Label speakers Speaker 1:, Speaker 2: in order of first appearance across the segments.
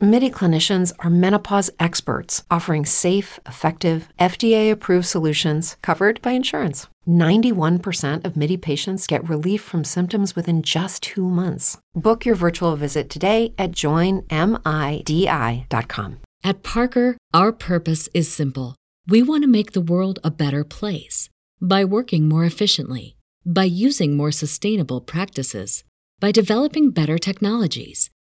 Speaker 1: MIDI clinicians are menopause experts offering safe, effective, FDA approved solutions covered by insurance. 91% of MIDI patients get relief from symptoms within just two months. Book your virtual visit today at joinmidi.com.
Speaker 2: At Parker, our purpose is simple. We want to make the world a better place by working more efficiently, by using more sustainable practices, by developing better technologies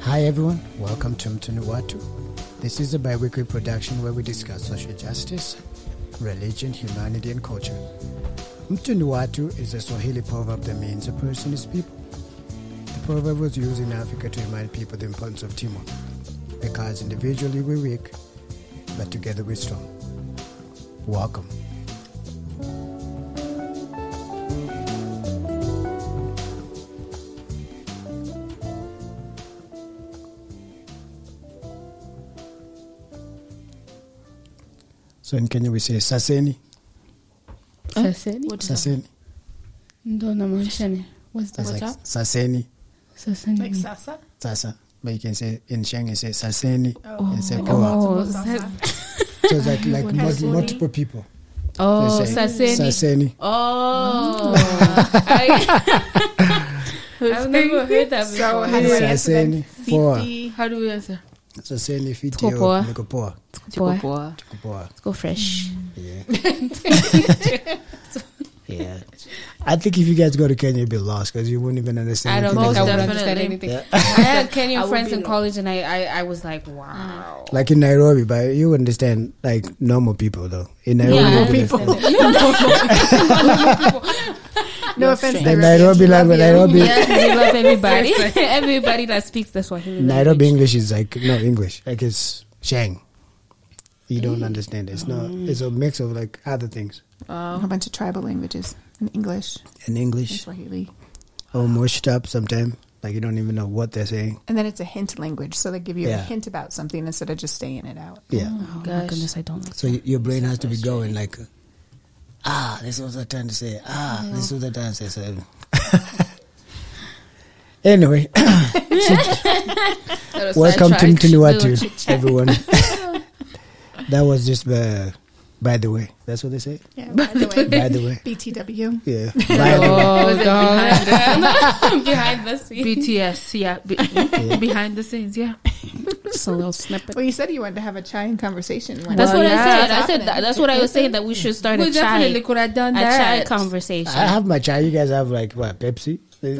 Speaker 3: Hi everyone, welcome to Mtunuwatu. This is a bi-weekly production where we discuss social justice, religion, humanity and culture. Mtunuwatu is a Swahili proverb that means a person is people. The proverb was used in Africa to remind people the importance of teamwork, because individually we're weak, but together we're strong. Welcome. So in Kenya we say saseni.
Speaker 4: Ah. Saseni?
Speaker 5: What is that?
Speaker 3: Saseni.
Speaker 4: Ndo namaanisha ni what's the
Speaker 3: That's
Speaker 5: What's
Speaker 3: like
Speaker 5: up?
Speaker 3: saseni.
Speaker 4: saseni?
Speaker 5: Like Sasa?
Speaker 3: Sasa. But you can say in Sheng you say saseni.
Speaker 5: Oh.
Speaker 3: It's a power.
Speaker 4: oh,
Speaker 5: Sasa.
Speaker 4: sa-
Speaker 3: So it's like like mul-
Speaker 5: Saseni.
Speaker 3: multiple people.
Speaker 4: oh,
Speaker 3: They say
Speaker 4: saseni.
Speaker 3: Saseni.
Speaker 5: Oh.
Speaker 4: I, I've never heard that
Speaker 5: So
Speaker 6: Oh,
Speaker 4: before.
Speaker 5: how do I answer
Speaker 3: Saseni.
Speaker 5: them?
Speaker 3: Poa.
Speaker 5: Fiti.
Speaker 4: How do we answer?
Speaker 3: Saseni oh, fiti
Speaker 4: Tuko poa.
Speaker 3: niko poa.
Speaker 4: Poa.
Speaker 3: Tuko poa.
Speaker 4: Go
Speaker 3: Mm.
Speaker 4: fresh.
Speaker 3: Yeah. yeah. I think if you guys go to Kenya you'll be lost because you wouldn't even
Speaker 4: I
Speaker 3: understand.
Speaker 4: don't
Speaker 3: Kenyan
Speaker 4: think I would
Speaker 3: language.
Speaker 4: understand
Speaker 5: Definitely.
Speaker 4: anything.
Speaker 3: Yeah.
Speaker 4: I had Kenyan
Speaker 5: I would
Speaker 4: friends
Speaker 5: be
Speaker 4: in
Speaker 5: no-
Speaker 4: college, and I, I, I was like, wow.
Speaker 3: Like in Nairobi, but you understand like normal people though. In Nairobi,
Speaker 4: I
Speaker 3: you'll be-
Speaker 4: understand that.
Speaker 5: No offense,
Speaker 3: in
Speaker 5: Nairobi.
Speaker 3: Nairobi, like
Speaker 5: Love you.
Speaker 3: Nairobi,
Speaker 4: yeah, we love everybody. everybody that speaks the Swahili.
Speaker 3: Nairobi
Speaker 4: language.
Speaker 3: English is like no English, like it's Shang. You don't understand. It's not. It's a mix of like other things.
Speaker 5: Oh.
Speaker 7: a bunch of tribal languages in English
Speaker 3: In
Speaker 7: and
Speaker 3: English,
Speaker 7: Swahili.
Speaker 3: or mushed up Oh, sometimes. Like you don't even know what they're saying.
Speaker 7: And then it's a hint language, so they give you
Speaker 3: Yeah.
Speaker 7: a hint about something instead of just staying it out.
Speaker 3: Yeah.
Speaker 4: Oh, my goodness, I don't.
Speaker 3: So y- your brain has to be going like, ah, this was what I'm trying to say. Ah, this was what I'm trying to say. So- anyway, welcome to Mtunuwatu, everyone. that was just by, by the way. That's what they say.
Speaker 7: Yeah, by the way.
Speaker 3: By the way.
Speaker 7: BTW.
Speaker 3: Yeah. By the way.
Speaker 4: Oh, dog.
Speaker 5: Behind the scenes.
Speaker 4: BTS, yeah, be- behind the scenes, yeah. Just a little snippet.
Speaker 7: Well, you said you wanted to have a chai and conversation. When
Speaker 6: That's
Speaker 4: Well,
Speaker 6: what
Speaker 4: yeah.
Speaker 6: I said. I said that, that's what I was saying that we should start
Speaker 4: We
Speaker 6: a
Speaker 4: definitely
Speaker 6: chai,
Speaker 4: could have done
Speaker 6: a chai
Speaker 4: that.
Speaker 6: conversation.
Speaker 3: I have my chai. You guys have like what? Pepsi. Sierra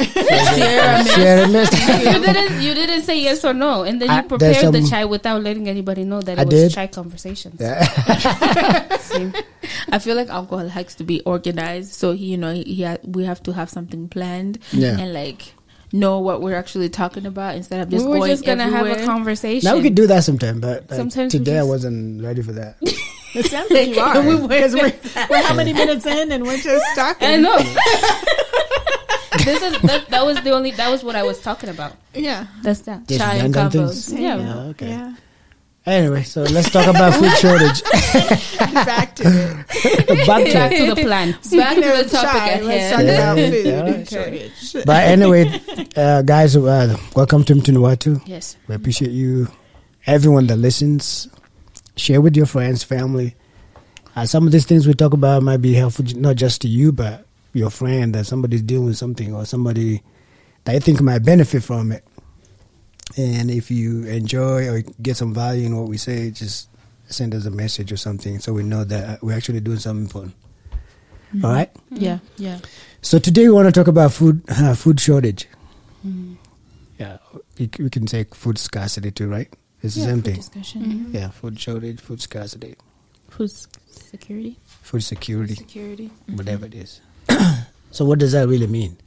Speaker 3: Mist.
Speaker 6: you didn't. You didn't say yes or no, and then
Speaker 3: I-
Speaker 6: you
Speaker 3: there's
Speaker 6: prepared the
Speaker 3: some-
Speaker 6: chai without letting anybody know that
Speaker 3: I
Speaker 6: it was
Speaker 3: did.
Speaker 6: chai conversation.
Speaker 5: I feel like alcohol has to be organized, so he, you know, he, he ha- we have to have something planned
Speaker 3: Yeah.
Speaker 5: and like know what we're actually talking about instead of just
Speaker 6: we were
Speaker 5: going
Speaker 6: just gonna
Speaker 5: everywhere.
Speaker 6: have a conversation.
Speaker 3: Now we could do that sometime, but like,
Speaker 6: Sometimes we
Speaker 3: today I
Speaker 6: just-
Speaker 3: wasn't ready for that.
Speaker 7: it sounds like you are. Because we're, we're how many minutes in and we're just talking.
Speaker 6: I know. this is that, that was the only that was what I was talking about.
Speaker 7: yeah.
Speaker 6: That's that.
Speaker 3: Just
Speaker 6: chai and
Speaker 3: random
Speaker 6: combos.
Speaker 3: things.
Speaker 6: Yeah.
Speaker 3: Yeah, okay.
Speaker 7: Yeah.
Speaker 3: Anyway, so let's talk about food shortage.
Speaker 7: Back to it.
Speaker 3: Back to
Speaker 6: Back
Speaker 3: it.
Speaker 6: to the plan.
Speaker 5: Back to
Speaker 7: Speaking
Speaker 5: the
Speaker 7: of
Speaker 5: topic
Speaker 7: chai,
Speaker 5: at
Speaker 7: let's
Speaker 5: hand.
Speaker 7: talk
Speaker 3: Yeah.
Speaker 7: about food
Speaker 3: Yeah, all right.
Speaker 7: shortage.
Speaker 3: But anyway, uh, guys, uh, welcome to Mtunuwatu.
Speaker 6: Yes.
Speaker 3: We appreciate you, everyone that listens. Share with your friends, family. Uh, some of these things we talk about might be helpful, j- not just to you, but your friend that somebody's dealing with something or somebody that you think might benefit from it. And if you enjoy or get some value in what we say, just send us a message or something so we know that uh, we're actually doing something important. All right?
Speaker 5: Yeah, yeah.
Speaker 3: So today we want to talk about food uh, food shortage. Yeah, we, c- we can say food scarcity too, right? It's the same
Speaker 5: food
Speaker 3: thing.
Speaker 5: discussion.
Speaker 3: Yeah, food shortage, food scarcity,
Speaker 5: Food s- security.
Speaker 3: food security,
Speaker 5: Security. mm-hmm.
Speaker 3: whatever it is. so what does that really mean?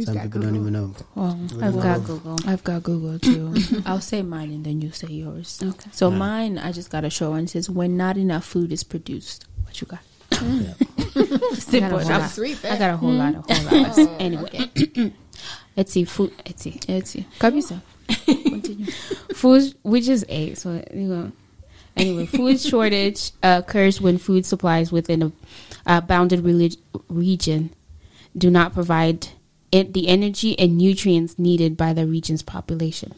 Speaker 3: Some
Speaker 7: got
Speaker 3: people don't even know.
Speaker 5: Well,
Speaker 3: I've
Speaker 5: I've
Speaker 3: got
Speaker 5: got Google. I've got Google too. I'll say mine and then you say yours. Okay. So mine, I just got a short one. It says, "When not enough food is produced, what you got?" Simple.
Speaker 6: I got a whole lot.
Speaker 5: enough.
Speaker 6: I got a whole lot, a whole lot. anyway, Etsy food, Etsy,
Speaker 5: Etsy. Kabisa. Continue.
Speaker 6: food. We just ate, so you know. Anyway, food shortage occurs when food supplies within a, a bounded relig- region do not provide it, the energy and nutrients needed by the region's population.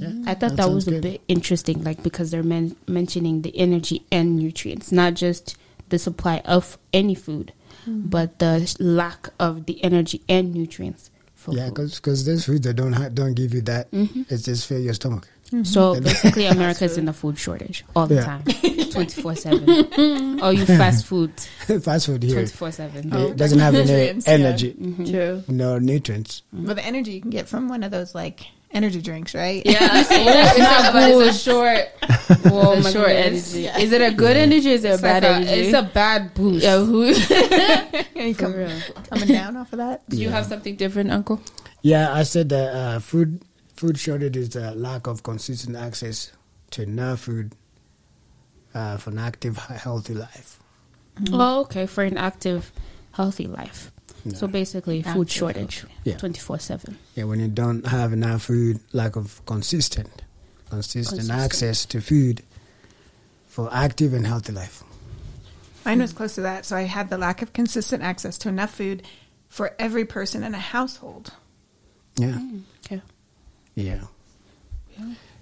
Speaker 6: I thought that,
Speaker 3: that
Speaker 6: was
Speaker 3: sounds
Speaker 6: a
Speaker 3: good.
Speaker 6: bit interesting, like because they're men- mentioning the energy and nutrients, not just the supply of any food,
Speaker 5: Mm-hmm.
Speaker 6: but the s- lack of the energy and nutrients. For
Speaker 3: Yeah,
Speaker 6: food.
Speaker 3: because there's food that don't ha- don't give you that.
Speaker 5: Mm-hmm.
Speaker 3: It's just fill your stomach.
Speaker 6: So basically, America's in a food shortage all the
Speaker 3: Yeah.
Speaker 6: time, twenty four seven. Or you fast food
Speaker 3: Fast food here
Speaker 6: twenty four seven.
Speaker 3: it doesn't have any
Speaker 7: nutrients, yeah.
Speaker 3: energy,
Speaker 5: Mm-hmm.
Speaker 7: True.
Speaker 3: no nutrients.
Speaker 7: But the energy you can get from one of those like energy drinks, right?
Speaker 5: Yeah, it's, not good. It's a short. Well,
Speaker 6: It's a
Speaker 5: my
Speaker 6: short
Speaker 5: good
Speaker 6: energy.
Speaker 5: energy. Is it a good energy? Or is it a bad
Speaker 6: like a-
Speaker 5: energy?
Speaker 6: it's a
Speaker 5: bad boost. Yeah, who,
Speaker 7: You come-
Speaker 5: real.
Speaker 7: coming down off of that.
Speaker 5: Do you have something different, Uncle?
Speaker 3: Yeah, I said that uh, food food shortage is a lack of consistent access to enough food uh, for an active, he- healthy life.
Speaker 6: Oh, okay, for an active, healthy life. So basically, food
Speaker 5: Active,
Speaker 6: shortage
Speaker 3: Yeah.
Speaker 6: twenty four seven.
Speaker 3: Yeah, when you don't have enough food, lack of consistent, consistent, access to food for active and healthy life.
Speaker 7: Mine was close to that, so I had the lack of consistent access to enough food for every person in a household.
Speaker 3: Yeah,
Speaker 6: Mm, Okay.
Speaker 3: yeah.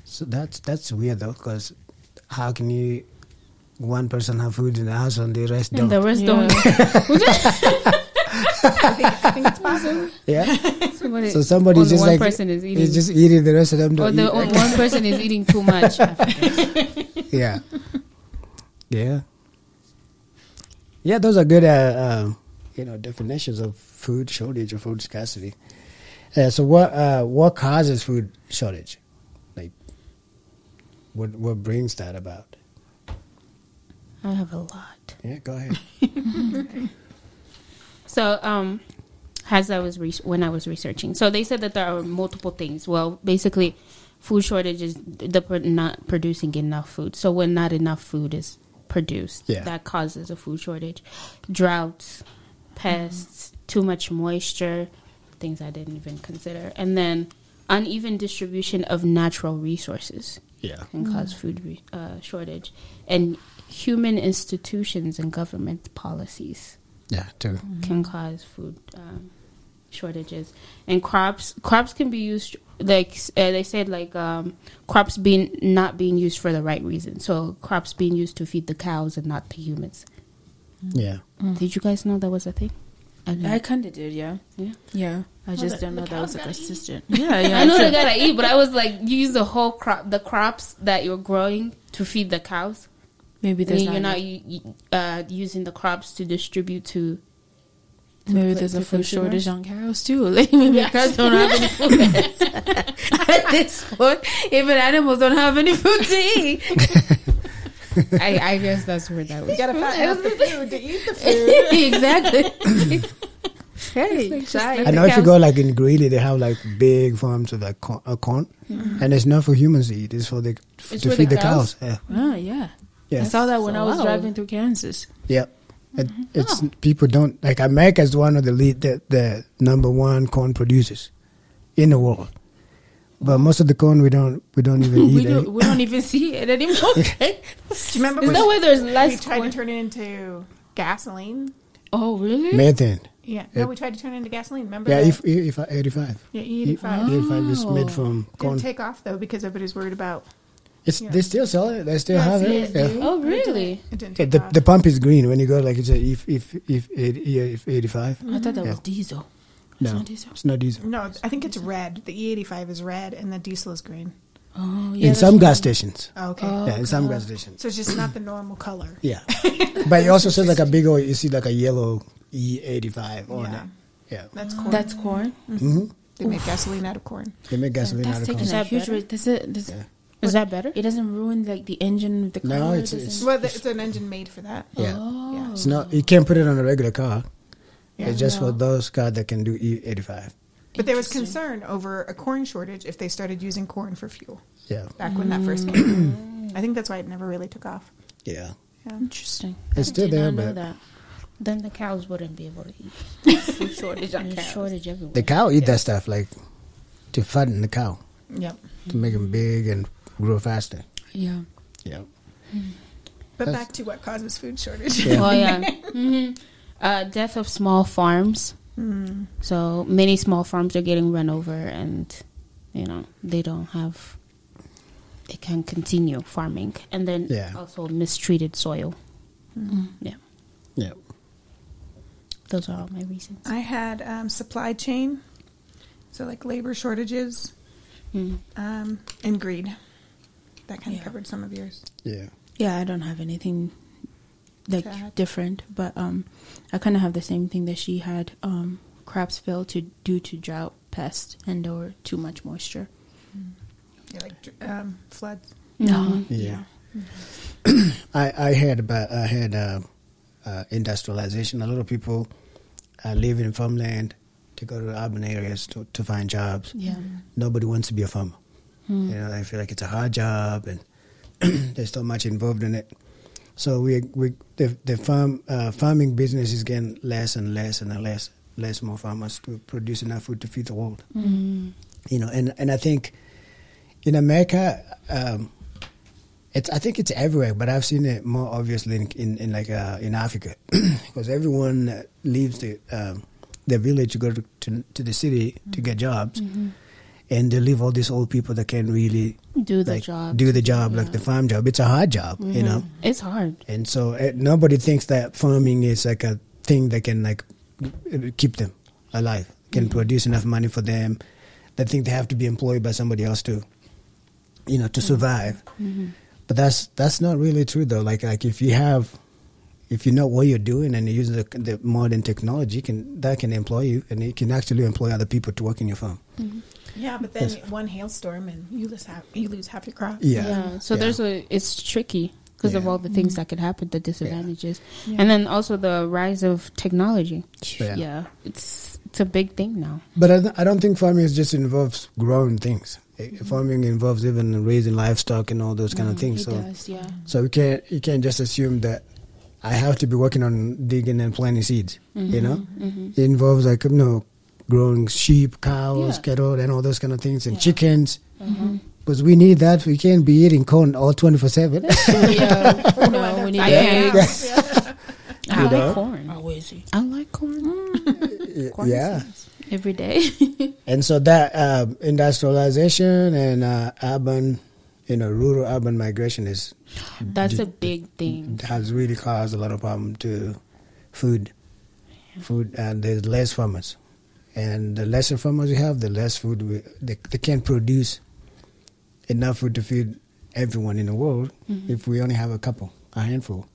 Speaker 3: So that's that's weird though, because how can you one person have food in the house and the rest don't?
Speaker 6: And the rest don't.
Speaker 3: yeah.
Speaker 6: Somebody-
Speaker 3: So somebody's
Speaker 6: only
Speaker 3: just
Speaker 6: one
Speaker 3: like
Speaker 6: person is eating.
Speaker 3: he's just eating the rest of them.
Speaker 6: or
Speaker 3: Don't
Speaker 6: the
Speaker 3: eat.
Speaker 6: or one person is eating too much.
Speaker 3: yeah, yeah, yeah. Those are good, uh, uh, you know, definitions of food shortage or food scarcity. Uh, so what uh, what causes food shortage? Like, what what brings that about?
Speaker 6: I have a lot.
Speaker 3: Yeah, go ahead.
Speaker 6: So, um, as I was re- when I was researching, so they said that there are multiple things. Well, basically, food shortage is the pro- not producing enough food. So when not enough food is produced,
Speaker 3: Yeah.
Speaker 6: that causes a food shortage, droughts, pests, too much moisture, things I didn't even consider, and then uneven distribution of natural resources
Speaker 3: yeah,
Speaker 6: can cause food re- uh, shortage, and human institutions and government policies
Speaker 3: yeah, too.
Speaker 6: can cause food um, shortages and crops crops can be used like uh, they said like um, crops being not being used for the right reason so crops being used to feed the cows and not the humans
Speaker 3: Yeah,
Speaker 6: did you guys know that was a thing Mm. I,
Speaker 5: I kind of did, yeah.
Speaker 6: Yeah?
Speaker 5: Yeah. I just didn't know that was a consistent. Yeah, yeah.
Speaker 6: I know they gotta eat but I was like you use the whole crop the crops that you're growing to feed the cows
Speaker 5: Maybe
Speaker 6: then
Speaker 5: there's
Speaker 6: you're not
Speaker 5: not.
Speaker 6: u- u- uh, using the crops to distribute to
Speaker 5: Maybe
Speaker 6: put-
Speaker 5: there's a
Speaker 6: to
Speaker 5: food
Speaker 6: consumers.
Speaker 5: shortage on cows too. Like maybe cows don't have any food at this point. Even animals don't have any food to eat.
Speaker 6: I, I guess that's where that was
Speaker 7: You gotta find out the food to eat the food.
Speaker 5: exactly.
Speaker 7: Hey, try
Speaker 6: Mm-hmm.
Speaker 3: I
Speaker 7: it.
Speaker 3: know if you go like in Greeley, they have like big farms of like corn, uh, corn and it's not for humans to eat; it's for the
Speaker 6: Mm-hmm. It's
Speaker 3: to
Speaker 6: for
Speaker 3: feed
Speaker 6: the
Speaker 3: the cows. Yeah.
Speaker 5: Oh yeah.
Speaker 3: Yeah.
Speaker 5: I saw that when I was
Speaker 6: Wow.
Speaker 5: driving through Kansas.
Speaker 3: Yeah. It, it's people don't like America is one of the lead the, the number one corn producers in the world, but most of the corn we don't we don't even
Speaker 5: We
Speaker 3: eat. eh?
Speaker 5: don't,
Speaker 3: any
Speaker 5: we don't even see it anymore.
Speaker 7: Do you remember
Speaker 5: Is
Speaker 7: when
Speaker 5: that why there's
Speaker 7: we
Speaker 5: less
Speaker 7: tried
Speaker 5: corn?
Speaker 7: to turn it into gasoline?
Speaker 5: Oh really?
Speaker 3: Methane,
Speaker 7: Yeah. No,
Speaker 3: Yep.
Speaker 7: we tried to turn it into gasoline. Remember?
Speaker 3: yeah, if
Speaker 7: that?
Speaker 3: if eighty five,
Speaker 7: yeah,
Speaker 3: eighty
Speaker 7: 85.
Speaker 3: five is made from
Speaker 7: Didn't
Speaker 3: corn.
Speaker 7: take off though because everybody's worried about.
Speaker 3: It's
Speaker 7: yeah.
Speaker 3: they still sell it. They still have it. Yeah.
Speaker 6: oh really
Speaker 7: It didn't
Speaker 3: Yeah,
Speaker 7: take
Speaker 3: the
Speaker 7: off.
Speaker 3: the pump is green when you go like it's a if if if, eight- yeah, if eighty five.
Speaker 5: I thought that
Speaker 3: Yeah.
Speaker 5: was diesel.
Speaker 3: No,
Speaker 5: not diesel.
Speaker 3: it's not diesel.
Speaker 7: no, I think it's red. The E85 is red and the diesel is green.
Speaker 5: Oh yeah.
Speaker 3: In
Speaker 5: that's
Speaker 3: some gas stations,
Speaker 7: Oh, okay.
Speaker 3: yeah, in some gas stations.
Speaker 7: So it's just not the normal color.
Speaker 3: Yeah. but it also says like a big old, you see like a yellow E85 on
Speaker 7: Yeah.
Speaker 3: it. Yeah.
Speaker 7: That's corn.
Speaker 5: That's corn.
Speaker 3: Mhm.
Speaker 7: They make gasoline out of corn.
Speaker 3: They make gasoline out
Speaker 5: That's
Speaker 3: of
Speaker 5: taking
Speaker 3: corn.
Speaker 5: a
Speaker 7: that
Speaker 5: huge
Speaker 7: better?
Speaker 5: risk. Does it? Does,
Speaker 6: Is that better?
Speaker 5: It doesn't ruin like the engine of the car.
Speaker 3: No, it's-
Speaker 5: doesn't-
Speaker 3: it's-
Speaker 7: Well, th- it's an engine made for that.
Speaker 3: Yeah.
Speaker 7: Yeah.
Speaker 5: Oh.
Speaker 3: It's not. You can't put it on a regular car.
Speaker 7: Yeah.
Speaker 3: it's just for those cars that can do E E85.
Speaker 7: But there was concern over a corn shortage if they started using corn for fuel
Speaker 3: Yeah.
Speaker 7: back when that first came. I think that's why it never really took off.
Speaker 3: Yeah.
Speaker 7: Yeah.
Speaker 6: Interesting.
Speaker 3: It's still
Speaker 5: I did
Speaker 3: there,
Speaker 5: not know
Speaker 3: but
Speaker 5: that.
Speaker 6: Then the cows wouldn't be able to eat.
Speaker 5: Food shortage on
Speaker 6: There's a
Speaker 5: cows.
Speaker 6: shortage everywhere.
Speaker 3: the cow eat that stuff like to fatten the cow
Speaker 7: Yep.
Speaker 3: to make them big and grow faster.
Speaker 5: Yeah.
Speaker 3: Yeah.
Speaker 7: But
Speaker 3: That's-
Speaker 7: back to what causes food shortage.
Speaker 3: Yeah.
Speaker 6: Oh yeah. hmm Uh, death of small farms. Hmm. So many small farms are getting run over, and you know they don't have. They can continue farming, and then
Speaker 3: Yeah.
Speaker 6: also mistreated soil. Hmm. Mm-hmm. Yeah,
Speaker 3: Yeah.
Speaker 6: those are all my reasons.
Speaker 7: I had um, supply chain, so like labor shortages
Speaker 6: Mm.
Speaker 7: um, and greed. That kind of
Speaker 5: Yeah.
Speaker 7: covered some of yours.
Speaker 3: Yeah.
Speaker 5: Yeah, I don't have anything like
Speaker 7: To add.
Speaker 5: different, but um, I kind of have the same thing that she had. Um, crops failed to due to drought, pest, and or too much moisture.
Speaker 7: Yeah, like dr- um, floods.
Speaker 5: No,
Speaker 3: Yeah. I I heard about I heard uh, uh, industrialization. A lot of people uh, are leaving farmland to go to urban areas to, to find jobs.
Speaker 5: yeah,
Speaker 3: Nobody wants to be a farmer. You know, they feel like it's a hard job and there's so much involved in it. So we we the the farm uh, farming business is getting less and less and less less more farmers to produce enough food to feed the world you know and and i think in america um it's i think it's everywhere but i've seen it more obviously in in, in like uh in africa because everyone uh, leaves the um the village to go to to, to the city to get jobs
Speaker 6: Mm-hmm.
Speaker 3: and they leave all these old people that can't really
Speaker 6: Do the
Speaker 3: like,
Speaker 6: job. Mm-hmm.
Speaker 3: do the job like the farm job it's a hard job you know
Speaker 6: It's hard.
Speaker 3: and so uh, nobody thinks that farming is like a thing that can like uh, keep them alive, can
Speaker 6: Mm-hmm.
Speaker 3: produce enough money for them. They think they have to be employed by somebody else to, you know, to
Speaker 6: Mm-hmm.
Speaker 3: survive. But that's that's not really true though. Like like if you have, if you know what you're doing and you use the, the modern technology, can that can employ you and it can actually employ other people to work in your farm.
Speaker 7: Yeah, but then one hailstorm and you lose half you lose half your crop.
Speaker 3: Yeah.
Speaker 6: So
Speaker 3: Yeah.
Speaker 6: there's a. It's tricky because of
Speaker 3: Yeah.
Speaker 6: all the things that could happen, the disadvantages, and then also the rise of technology.
Speaker 3: Yeah.
Speaker 6: it's it's a big thing now.
Speaker 3: But I, th- I don't think farming is just involves growing things. Eh,
Speaker 5: Mm-hmm.
Speaker 3: Farming involves even raising livestock and all those kind of things.
Speaker 5: Mm, it
Speaker 3: So
Speaker 5: does. Yeah,
Speaker 3: So you can't you can't just assume that I have to be working on digging and planting seeds. You
Speaker 5: Mm-hmm,
Speaker 3: know, it involves like you know growing sheep, cows,
Speaker 5: Yeah. Mm-hmm.
Speaker 3: cattle, and all those kind of things, and chickens. Because we need that. We can't be eating corn all twenty four seven.
Speaker 5: yeah. no, we need
Speaker 6: I
Speaker 5: to
Speaker 6: can't. I like corn.
Speaker 5: Oh, is he?
Speaker 6: I like corn
Speaker 3: yeah.
Speaker 6: every day.
Speaker 3: And so that um, industrialization and uh, urban, you know, rural urban migration is
Speaker 6: That's a big thing.
Speaker 3: has really caused a lot of problem to food. Food and there's less farmers, and the lesser farmers you have, the less food we, they they can't produce enough food to feed everyone in the world if we only have a couple, a handful.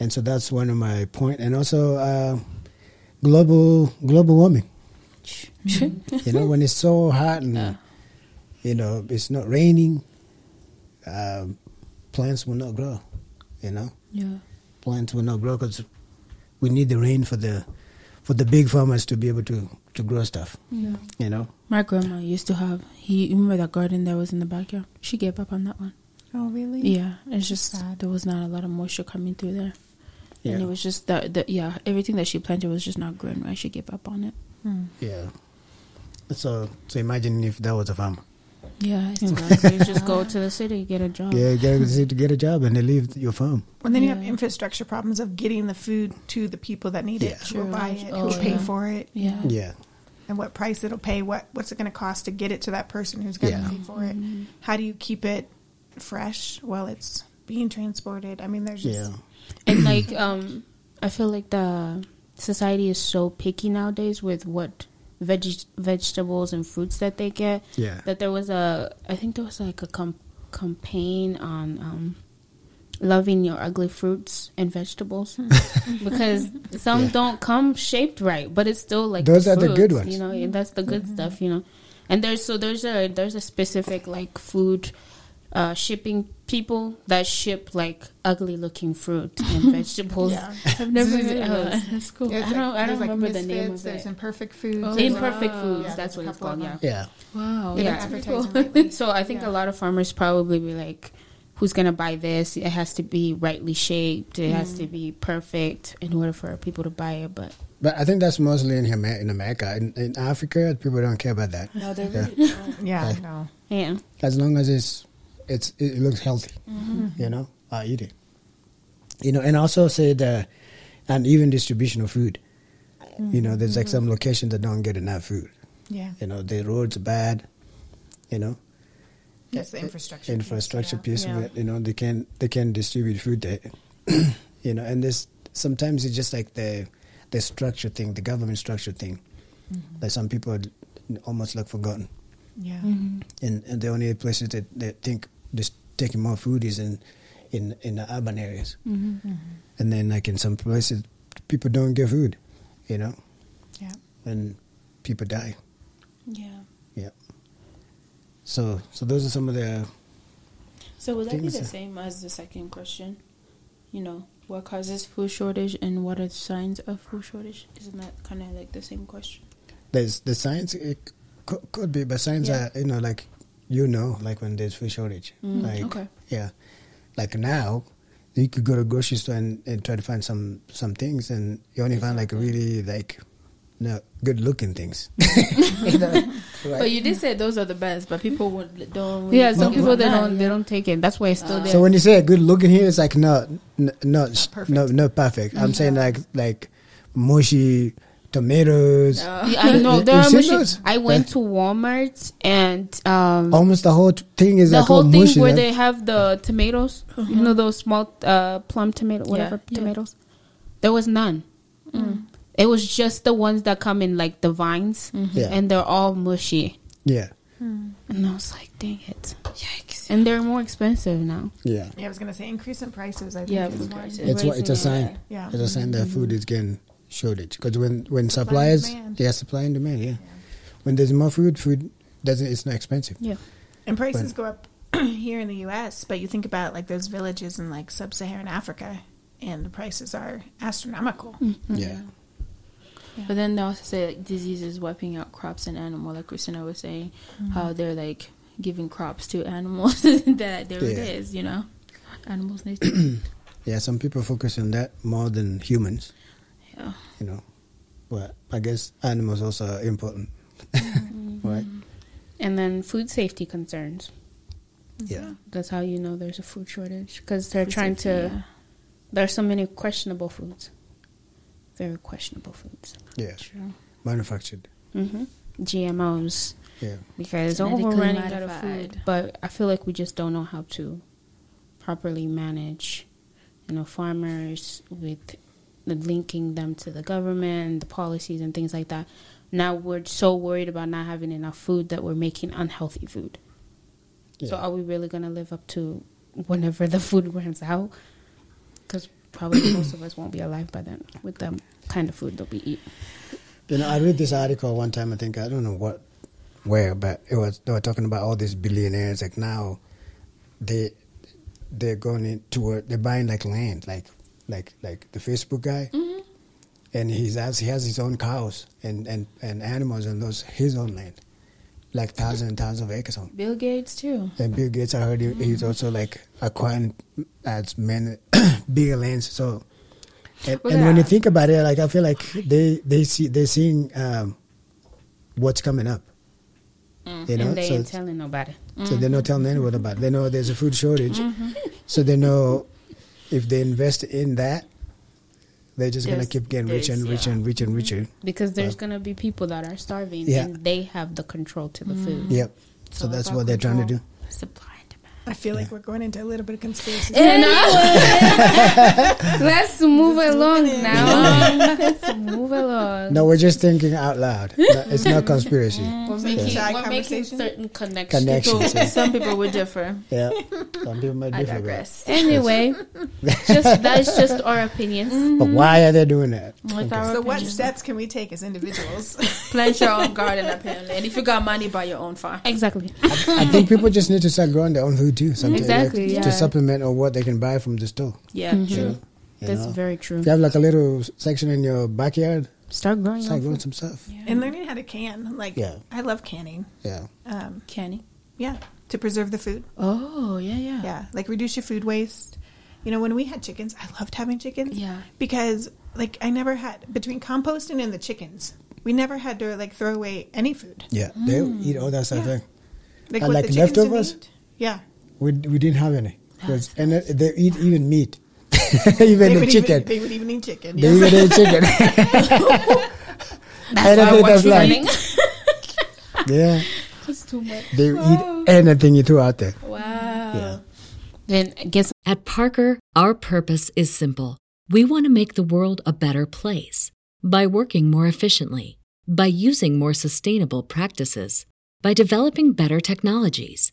Speaker 3: And so that's one of my point. And also uh, global global warming.
Speaker 5: Mm-hmm.
Speaker 3: you know, when it's so hot and you know it's not raining, um, plants will not grow. You know
Speaker 5: Yeah,
Speaker 3: plants will not grow because we need the rain for the for the big farmers to be able to to grow stuff.
Speaker 5: yeah.
Speaker 3: You know.
Speaker 5: My grandma used to have. He you remember that garden that was in the backyard. She gave up on that one.
Speaker 7: Oh, really?
Speaker 5: Yeah, it's just
Speaker 7: sad.
Speaker 5: there was not a lot of moisture coming through there,
Speaker 3: Yeah.
Speaker 5: and it was just that. The, yeah, everything that she planted was just not growing right. She gave up on it.
Speaker 3: Yeah. So so imagine if that was a farmer.
Speaker 5: Yeah, it's
Speaker 6: You just go to the city, get a
Speaker 5: Oh.
Speaker 6: job.
Speaker 3: Yeah, you get to get a job and they leave your farm.
Speaker 7: And then you have infrastructure problems of getting the food to the people that need
Speaker 3: Yeah.
Speaker 7: it, who will buy it,
Speaker 6: Oh,
Speaker 7: who will pay
Speaker 6: yeah.
Speaker 7: for it,
Speaker 5: yeah.
Speaker 3: Yeah.
Speaker 7: and what price it'll pay. What what's it going to cost to get it to that person who's going to
Speaker 3: Yeah.
Speaker 7: pay for it?
Speaker 6: Mm-hmm.
Speaker 7: How do you keep it fresh while it's being transported? I mean, there's just
Speaker 3: Yeah.
Speaker 6: And like, um, I feel like the society is so picky nowadays with what veg- vegetables and fruits that they get.
Speaker 3: Yeah.
Speaker 6: That there was a, I think there was like a com- campaign on um, loving your ugly fruits and vegetables because some don't come shaped right, but it's still like
Speaker 3: Those are the good ones.
Speaker 6: You know, and that's the
Speaker 7: Mm-hmm.
Speaker 6: good stuff. You know, and there's so there's a there's a specific like food uh, shipping people that ship like ugly looking fruit and vegetables.
Speaker 4: I've never
Speaker 6: This is-
Speaker 4: heard of
Speaker 6: uh,
Speaker 4: that. That's cool.
Speaker 6: I don't- I don't
Speaker 7: there's
Speaker 6: remember the name
Speaker 7: Misfits,
Speaker 6: of
Speaker 7: There's
Speaker 6: it.
Speaker 7: imperfect foods.
Speaker 4: Oh,
Speaker 7: there's
Speaker 6: Imperfect Foods,
Speaker 7: there's
Speaker 6: that's
Speaker 7: a
Speaker 6: what it's
Speaker 7: couple of
Speaker 6: called,
Speaker 7: them.
Speaker 3: Yeah.
Speaker 4: Wow.
Speaker 7: They've been
Speaker 6: Yeah.
Speaker 7: advertising
Speaker 4: Cool.
Speaker 7: lately.
Speaker 6: So I think a lot of farmers probably be like, "Who's gonna buy this? It has to be rightly shaped. It
Speaker 7: Mm-hmm.
Speaker 6: has to be perfect in order for people to buy it." But
Speaker 3: But I think that's mostly in Hama- in America. In, in Africa, people don't care about that.
Speaker 7: No, they're
Speaker 3: Yeah.
Speaker 7: really. Yeah,
Speaker 3: Yeah.
Speaker 7: no.
Speaker 6: yeah,
Speaker 3: As long as it's, it's it looks healthy,
Speaker 7: Mm-hmm.
Speaker 3: you know, I eat it. You know, and also say the, and even distribution of food. You know, there's like some locations that don't get enough food.
Speaker 7: Mm-hmm. Yeah.
Speaker 3: You know, the roads are bad. You know,
Speaker 7: That's the infrastructure. piece,
Speaker 3: infrastructure
Speaker 7: yeah.
Speaker 3: piece
Speaker 7: Yeah.
Speaker 3: of it. You know, they can they can distribute food there. you know, and this sometimes it's just like the the structure thing, the government structure thing
Speaker 7: Mm-hmm.
Speaker 3: that some people are almost like forgotten.
Speaker 7: Yeah.
Speaker 6: Mm-hmm.
Speaker 3: And, and the only places that they think just taking more food is in in in the urban areas. And then like in some places, people don't get food. You know,
Speaker 7: Yeah.
Speaker 3: and people die.
Speaker 6: yeah.
Speaker 3: Yeah. So so those are some of the
Speaker 6: So would that be
Speaker 3: Things
Speaker 6: the
Speaker 3: are-
Speaker 6: same as the second question? You know, what causes food shortage and what are the signs of food shortage? Isn't that kind of like the same question?
Speaker 3: there's the science it could, could be but science
Speaker 6: Yeah. Mm,
Speaker 3: are you know like you know like when there's food shortage like
Speaker 6: okay.
Speaker 3: yeah like now you could go to grocery store and, and try to find some some things and you only find like really like no good looking things You know, right?
Speaker 5: But you did say those are the best, but people would, don't.
Speaker 6: Yeah,
Speaker 5: really
Speaker 3: No,
Speaker 6: some people
Speaker 5: focus
Speaker 6: they
Speaker 5: on that, Uh,
Speaker 6: don't
Speaker 5: yeah.
Speaker 6: they don't take it. That's why it's still there.
Speaker 3: so when you say good looking here it's like not n- not sh-
Speaker 7: perfect.
Speaker 3: no not perfect i'm
Speaker 6: Mm-hmm.
Speaker 3: saying like like mushy tomatoes
Speaker 6: Yeah, I know
Speaker 3: You-
Speaker 6: there
Speaker 3: you
Speaker 6: are
Speaker 3: seen
Speaker 6: machine-
Speaker 3: those?
Speaker 6: I went to Walmart and um,
Speaker 3: almost the whole t- thing is
Speaker 6: the
Speaker 3: like
Speaker 6: whole
Speaker 3: all
Speaker 6: thing
Speaker 3: mushy
Speaker 6: where
Speaker 3: like-
Speaker 6: they have the tomatoes, you know, those small uh, plum tomato, whatever
Speaker 5: Uh-huh. Yeah. Mm.
Speaker 6: tomatoes. There was none. It was just the ones that come in like the vines,
Speaker 5: Mm-hmm.
Speaker 3: Yeah.
Speaker 6: and they're all mushy.
Speaker 3: yeah
Speaker 6: And I was like, dang it! Yikes! And they're more expensive now.
Speaker 3: yeah
Speaker 7: Yeah, I was going to say increase in prices, I think.
Speaker 5: Yeah,
Speaker 7: is
Speaker 5: with
Speaker 7: one.
Speaker 5: prices.
Speaker 3: it's what it's a
Speaker 6: Raising it.
Speaker 3: sign
Speaker 7: Yeah.
Speaker 3: It's a sign that food is getting shortage because when when
Speaker 7: Supply and
Speaker 3: suppliers
Speaker 7: demand.
Speaker 3: yeah supply and demand yeah. when there's more food food doesn't it's not expensive
Speaker 6: Yeah,
Speaker 7: And prices go up here in the U.S., but you think about like those villages in like sub-Saharan Africa, and the prices are astronomical.
Speaker 3: yeah
Speaker 5: But then they also say like diseases wiping out crops and animal, like Christina was saying,
Speaker 6: Mm-hmm.
Speaker 5: how they're like giving crops to animals that there it
Speaker 3: Yeah.
Speaker 5: is, you know. Animals nature.
Speaker 3: yeah some people focus on that more than humans
Speaker 5: Yeah.
Speaker 3: you know but I guess animals also are important right
Speaker 6: and then food safety concerns.
Speaker 3: yeah
Speaker 6: That's how you know there's a food shortage because they're trying to. There's so many questionable foods. Very questionable foods.
Speaker 3: yeah
Speaker 5: True.
Speaker 3: manufactured
Speaker 5: Mm-hmm.
Speaker 6: hmm GMOs.
Speaker 3: yeah
Speaker 6: because it's
Speaker 5: Genetically
Speaker 6: overrunning out of food.
Speaker 5: modified.
Speaker 6: But I feel like we just don't know how to properly manage, you know, farmers with the linking them to the government, the policies, and things like that. Now we're so worried about not having enough food that we're making unhealthy food. So
Speaker 3: Yeah.
Speaker 6: are we really gonna live up to whenever the food runs out? Because probably most of us won't be alive by then with the kind of food that we eat.
Speaker 3: You know, I read this article one time. I think I don't know what, where, but it was they were talking about all these billionaires. Like now, they they're going in toward they're buying like land, like like like the Facebook guy, and he's has he has his own cows and and and animals and those his own land, like thousands and thousands of acres on.
Speaker 5: Bill Gates too.
Speaker 3: And Bill Gates, I heard he, he's also like acquiring as many bigger lands. So, and,
Speaker 5: Well,
Speaker 3: and when you
Speaker 5: yeah.
Speaker 3: think about it, like I feel like they they see they're seeing um, what's coming up.
Speaker 5: Mm.
Speaker 3: You know,
Speaker 6: and they
Speaker 3: so,
Speaker 6: ain't telling nobody.
Speaker 3: so they're
Speaker 5: Mm-hmm.
Speaker 3: not telling anyone about. It. They know there's a food shortage, so they know if they invest in that, they're just gonna
Speaker 5: There's-
Speaker 3: keep getting richer
Speaker 5: there's-
Speaker 3: and richer
Speaker 5: yeah. Mm-hmm.
Speaker 3: and richer and richer.
Speaker 6: because there's gonna be people that are starving
Speaker 3: Yeah.
Speaker 6: and they have the control to the food.
Speaker 3: Yep. So, that's what they're trying to do.
Speaker 5: Supply and demand.
Speaker 7: I feel like we're going into a little bit of conspiracy.
Speaker 6: Let's move along now. Let's move along.
Speaker 3: No, we're just thinking out loud. No, it's not conspiracy.
Speaker 5: We're making,
Speaker 7: Side
Speaker 5: we're making
Speaker 7: conversation?
Speaker 5: certain connections.
Speaker 3: Connections.
Speaker 5: People- some people would differ.
Speaker 3: Yeah. Some people might
Speaker 5: I
Speaker 3: differ. but-
Speaker 5: digress.
Speaker 6: Anyway,
Speaker 5: just that's just our opinions.
Speaker 3: But why are they doing that?
Speaker 5: Mm-hmm. With our
Speaker 7: So what
Speaker 5: opinions.
Speaker 7: steps can we take as individuals?
Speaker 5: Plant your own garden apparently, and if you got money, buy your own farm.
Speaker 6: exactly.
Speaker 3: I think people just need to start growing their own food too. Something
Speaker 6: Exactly,
Speaker 3: like,
Speaker 6: yeah.
Speaker 3: To supplement on what they can buy from the store.
Speaker 5: Yeah, true.
Speaker 3: you
Speaker 6: That's
Speaker 3: know?
Speaker 6: very true.
Speaker 3: If you have like a little section in your backyard,
Speaker 6: Start growing.
Speaker 3: start
Speaker 6: your
Speaker 3: growing
Speaker 6: food.
Speaker 3: some stuff.
Speaker 7: and learning how to can. Like
Speaker 3: Yeah.
Speaker 7: I love canning.
Speaker 3: Yeah.
Speaker 7: Um,
Speaker 5: Kenny.
Speaker 7: yeah, to preserve the food.
Speaker 5: Oh yeah, yeah,
Speaker 7: Yeah, like reduce your food waste. You know, when we had chickens, I loved having chickens.
Speaker 5: Yeah.
Speaker 7: Because like I never had between composting and the chickens, we never had to like throw away any food.
Speaker 3: Yeah. They eat all that stuff.
Speaker 7: Yeah.
Speaker 3: eh?
Speaker 7: Like,
Speaker 3: Uh,
Speaker 7: what
Speaker 3: like
Speaker 7: the chickens didn't
Speaker 3: leftovers?
Speaker 7: eat. Yeah.
Speaker 3: We, we didn't have any. 'Cause- and they- they eat even meat, even the
Speaker 7: would
Speaker 3: chicken.
Speaker 7: Even, they would even eat chicken.
Speaker 3: They
Speaker 7: yes.
Speaker 3: even ate chicken. anything that's like, yeah,
Speaker 6: That's too much.
Speaker 3: they eat anything you throw out there.
Speaker 5: Wow.
Speaker 3: Yeah.
Speaker 6: Then get some
Speaker 2: At Parker, our purpose is simple. We want to make the world a better place by working more efficiently, by using more sustainable practices, by developing better technologies.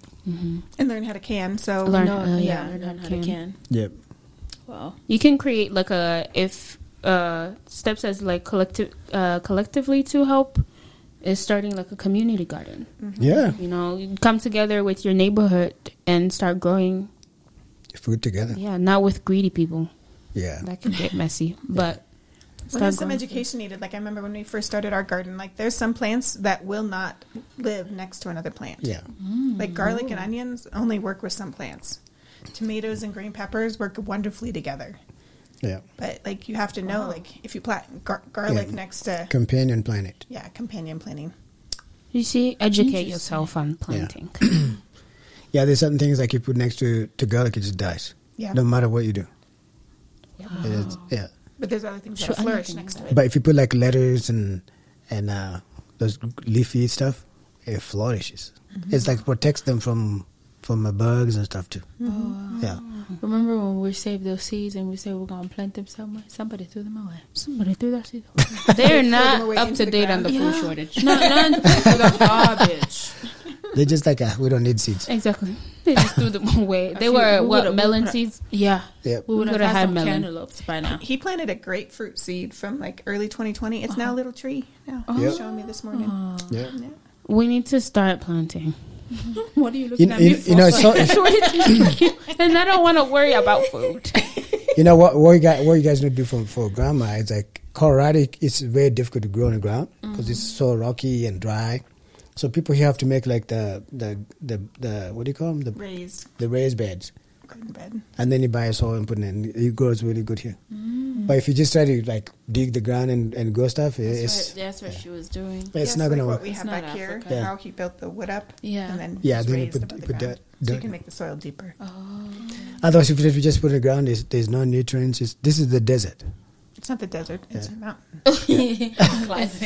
Speaker 7: and learn how to can. So
Speaker 6: Learn.
Speaker 5: No,
Speaker 6: uh, yeah,
Speaker 5: yeah, learn how
Speaker 6: can.
Speaker 5: to can.
Speaker 3: yep.
Speaker 5: Wow.
Speaker 6: You can create like a if uh steps as like collective uh collectively to help is starting like a community garden.
Speaker 3: Yeah,
Speaker 6: You know, you come together with your neighborhood and start growing.
Speaker 3: food together.
Speaker 6: Yeah, not with greedy people.
Speaker 3: Yeah,
Speaker 6: That can get messy. But
Speaker 7: Well, there's some
Speaker 6: growing
Speaker 7: education needed. Like I remember when we first started our garden, like there's some plants that will not live next to another plant.
Speaker 3: yeah.
Speaker 7: Like garlic and onions only work with some plants. Tomatoes and green peppers work wonderfully together.
Speaker 3: Yeah.
Speaker 7: But like you have to know, like if you plant gar- garlic
Speaker 3: Yeah.
Speaker 7: next to
Speaker 3: Companion planet.
Speaker 7: yeah companion planting.
Speaker 6: You see, educate yourself on planting.
Speaker 3: Yeah, there's certain things like you put next to to garlic, it just dies.
Speaker 7: Yeah.
Speaker 3: No matter what you do. It is- yeah.
Speaker 7: But there's other things
Speaker 6: Sure,
Speaker 7: that flourish
Speaker 6: anything.
Speaker 7: next to it.
Speaker 3: But if you put like lettuce and and uh, those leafy stuff, it flourishes. It's like protects them from from uh, bugs and stuff too. Yeah,
Speaker 5: Remember when we saved those seeds and we said we're gonna plant them somewhere? Somebody threw them away.
Speaker 6: Somebody threw that seed. They're
Speaker 7: them
Speaker 6: not
Speaker 7: away
Speaker 6: up to
Speaker 7: into the
Speaker 6: date on
Speaker 7: ground.
Speaker 6: the food shortage.
Speaker 5: No, not the garbage.
Speaker 3: they're just like uh, we don't need seeds.
Speaker 6: Exactly. They just threw them away. They
Speaker 5: few-
Speaker 6: were
Speaker 5: we
Speaker 6: what
Speaker 5: would've-
Speaker 6: melon
Speaker 5: we
Speaker 6: seeds.
Speaker 5: Yeah,
Speaker 3: Yeah,
Speaker 5: we would have
Speaker 6: Would've had
Speaker 5: had some
Speaker 6: melon.
Speaker 5: cantaloupes by now.
Speaker 7: He planted a grapefruit seed from like early 2020. It's
Speaker 6: Uh-huh.
Speaker 7: now a little tree. Now he's showing me this morning.
Speaker 3: yeah.
Speaker 6: We need to start planting.
Speaker 5: What are you
Speaker 3: You,
Speaker 5: looking
Speaker 3: know-
Speaker 5: at
Speaker 3: you,
Speaker 5: me
Speaker 3: you know,
Speaker 5: for?
Speaker 3: so,
Speaker 6: and I don't want to worry about food.
Speaker 3: you know what what you guys what you guys need to do for for grandma is like Colorado is very difficult to grow on the ground because it's so rocky and dry. So people here have to make like the the the, the what do you call them the
Speaker 7: Raised
Speaker 3: the raised beds.
Speaker 7: garden bed.
Speaker 3: and then you buy soil and put it in. It grows really good here. But if you just try to like dig the ground and, and grow stuff, it- it's
Speaker 5: Mm. That's what, that's what she was doing.
Speaker 3: it's
Speaker 7: Yes,
Speaker 3: not
Speaker 7: like
Speaker 3: gonna
Speaker 7: what
Speaker 3: work.
Speaker 7: we have
Speaker 5: not
Speaker 7: back here.
Speaker 5: Africa.
Speaker 3: Yeah.
Speaker 7: How he built the wood up.
Speaker 5: Yeah.
Speaker 7: And then
Speaker 3: Yeah,
Speaker 7: just
Speaker 3: then you
Speaker 7: raised
Speaker 3: put-
Speaker 7: above
Speaker 3: you
Speaker 7: the
Speaker 3: put
Speaker 7: ground.
Speaker 3: that-
Speaker 7: so you
Speaker 3: that-
Speaker 7: can make the soil deeper.
Speaker 3: Otherwise, if you if you just put it in the ground, there's, there's no nutrients. It's, this is the desert.
Speaker 7: It's not the desert. It's a mountain.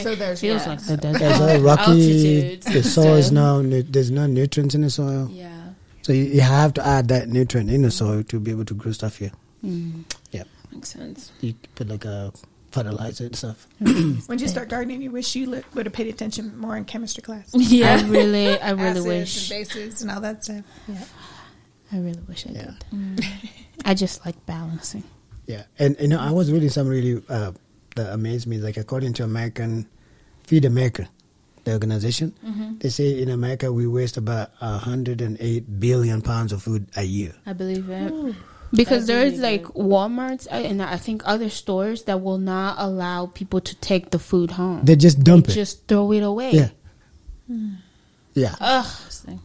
Speaker 5: So there's
Speaker 6: Feels like the desert.
Speaker 3: It's all rocky.
Speaker 5: Altitudes
Speaker 3: The
Speaker 5: and
Speaker 3: soil is
Speaker 5: stuff.
Speaker 3: now nu- there's no nutrients in the soil.
Speaker 5: yeah.
Speaker 3: So you, you have to add that nutrient in the soil to be able to grow stuff here.
Speaker 5: Mm.
Speaker 3: Yeah.
Speaker 5: Makes sense.
Speaker 3: You put like a fertilizer and stuff.
Speaker 7: When you start gardening, you wish you li- would have paid attention more in chemistry class.
Speaker 6: Yeah. I really- I really
Speaker 7: Acids
Speaker 6: wish.
Speaker 7: And bases and all that stuff. Yeah.
Speaker 6: I really wish I did. I just like balancing.
Speaker 3: Yeah, and you know, I was reading some really uh, that amazed me. Like according to American Feed America, the organization,
Speaker 5: Mhm.
Speaker 3: they say in America we waste about hundred and eight billion pounds of food a year.
Speaker 5: I believe it.
Speaker 6: Because
Speaker 5: I
Speaker 6: there is
Speaker 5: believe
Speaker 6: like Walmart's uh, and I think other stores that will not allow people to take the food home.
Speaker 3: They just dump it.
Speaker 6: Just Oh, throw it away.
Speaker 3: Yeah. Hmm. Yeah,
Speaker 6: Ugh.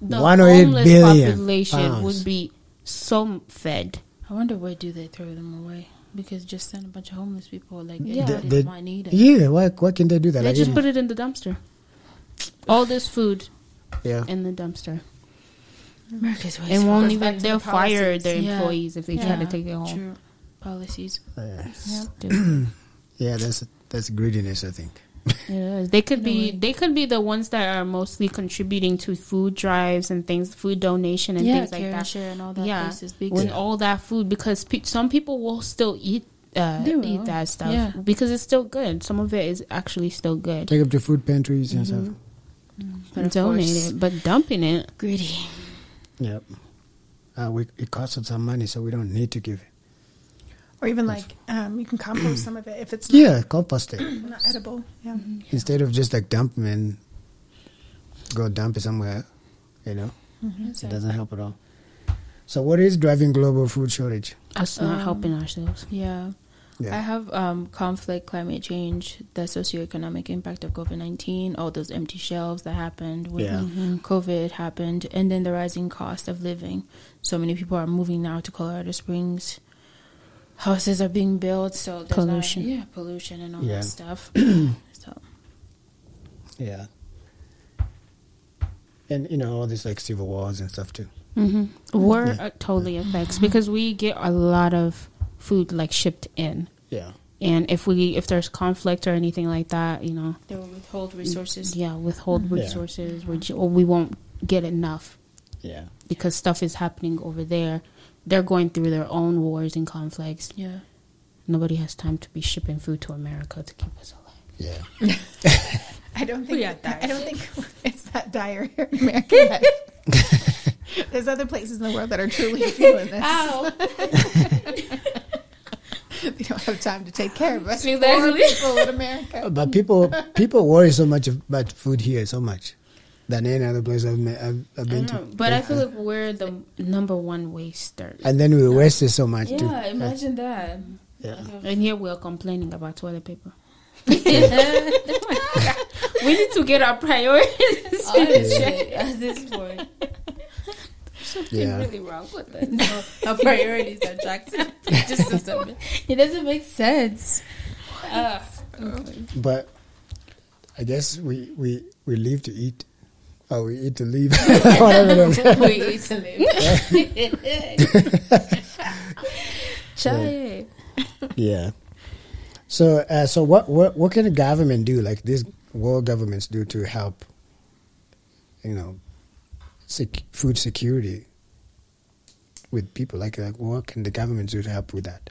Speaker 6: The
Speaker 3: 108
Speaker 6: homeless
Speaker 3: billion
Speaker 6: population
Speaker 3: pounds.
Speaker 6: would be so fed.
Speaker 5: I wonder where do they throw them away? Because just send a bunch of homeless people like
Speaker 6: Yeah.
Speaker 5: yeah,
Speaker 3: They-
Speaker 5: they,
Speaker 3: they-
Speaker 5: might need it.
Speaker 3: yeah. Why? Why can they do that?
Speaker 6: They
Speaker 3: Like,
Speaker 6: just
Speaker 3: you
Speaker 6: put it in the dumpster. All this food
Speaker 3: know, yeah.
Speaker 6: in the dumpster.
Speaker 5: America's waste.
Speaker 6: And won't
Speaker 7: goes back
Speaker 6: even
Speaker 7: to
Speaker 6: they'll
Speaker 7: the
Speaker 6: fire their
Speaker 5: policies. Yeah.
Speaker 6: employees if they try to take it home.
Speaker 5: True policies.
Speaker 3: Yeah.
Speaker 6: Stupid.
Speaker 3: yeah, that's that's greediness, I think.
Speaker 6: Yeah, they could be they could be the ones that are mostly contributing to food drives and things, food donation and
Speaker 5: Yeah,
Speaker 6: things like
Speaker 5: care and
Speaker 6: that.
Speaker 5: share and all that
Speaker 6: yeah,
Speaker 5: places, big
Speaker 6: when
Speaker 5: stuff.
Speaker 6: all that food because pe- some people will still eat uh,
Speaker 5: They will.
Speaker 6: eat that stuff
Speaker 5: Yeah.
Speaker 6: because it's still good. Some of it is actually still good.
Speaker 3: Take up to food pantries and stuff.
Speaker 5: But of
Speaker 6: Donate
Speaker 5: course,
Speaker 6: it, but dumping it.
Speaker 5: greedy.
Speaker 3: Yep. Uh, we, it costs us some money, so we don't need to give it.
Speaker 7: Or even like um, you can compost some of it if it's
Speaker 3: Yeah, compost it.
Speaker 7: not, not edible. Yeah.
Speaker 3: instead of just like dump 'em and go dump it somewhere, you know,
Speaker 6: Mm-hmm.
Speaker 3: it doesn't help at all. So, what is driving global food shortage?
Speaker 6: Us not helping ourselves.
Speaker 5: Yeah.
Speaker 3: Yeah.
Speaker 5: I have um, conflict, climate change, the socioeconomic impact of COVID 19, all those empty shelves that happened when
Speaker 3: Yeah.
Speaker 6: Mm-hmm.
Speaker 5: COVID happened, and then the rising cost of living. So many people are moving now to Colorado Springs. Houses are being built, so there's
Speaker 6: Pollution.
Speaker 5: Not, yeah, pollution and all
Speaker 3: Yeah.
Speaker 5: that stuff. so,
Speaker 3: Yeah, and you know all these like civil wars and stuff too.
Speaker 6: hmm War uh, totally affects because we get a lot of food like shipped in.
Speaker 3: Yeah,
Speaker 6: And if we if there's conflict or anything like that, you know,
Speaker 5: they will withhold resources.
Speaker 6: yeah, withhold
Speaker 3: Yeah.
Speaker 6: resources. We're ju- or we won't get enough
Speaker 3: yeah,
Speaker 6: because stuff is happening over there. They're going through their own wars and conflicts.
Speaker 5: Yeah.
Speaker 6: Nobody has time to be shipping food to America to keep us alive.
Speaker 3: yeah.
Speaker 7: I don't think
Speaker 5: We are dire.
Speaker 7: I don't think it's that dire here in America. There's other places in the world that are truly feeling this. they don't have time to take care of us. Poor people in America.
Speaker 3: But people people worry so much about food here so much than any other place I've, me- I've, I've been to.
Speaker 6: But I feel like we're the number one waster.
Speaker 3: and then we waste it so much too.
Speaker 5: Yeah, imagine that.
Speaker 3: Yeah.
Speaker 6: And here we are complaining about toilet paper. we need to get our priorities.
Speaker 5: Honestly, at this point,
Speaker 3: Yeah.
Speaker 5: wrong with us. our priorities are jacked. Just It doesn't make sense.
Speaker 3: But I guess we, we, we live to eat, or we eat to live.
Speaker 5: Try
Speaker 3: Yeah. So, uh, so what, what what can the government do? Like these world governments do to help, you know, sec- food security with people. Like, like, what can the government do to help with that?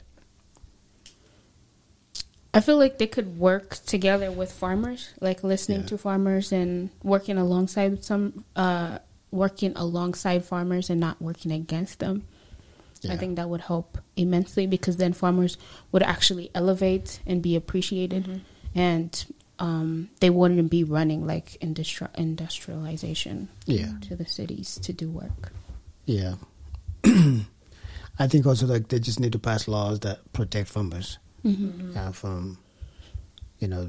Speaker 6: I feel like they could work together with farmers, like listening
Speaker 3: Yeah.
Speaker 6: to farmers and working alongside some, uh, working alongside farmers and not working against them. I
Speaker 3: Yeah.
Speaker 6: think that would help immensely because then farmers would actually elevate and be appreciated, and um, they wouldn't be running like industri- industrialization
Speaker 3: Yeah.
Speaker 6: to the cities to do work.
Speaker 3: Yeah. I think also like they just need to pass laws that protect farmers uh, from, you know,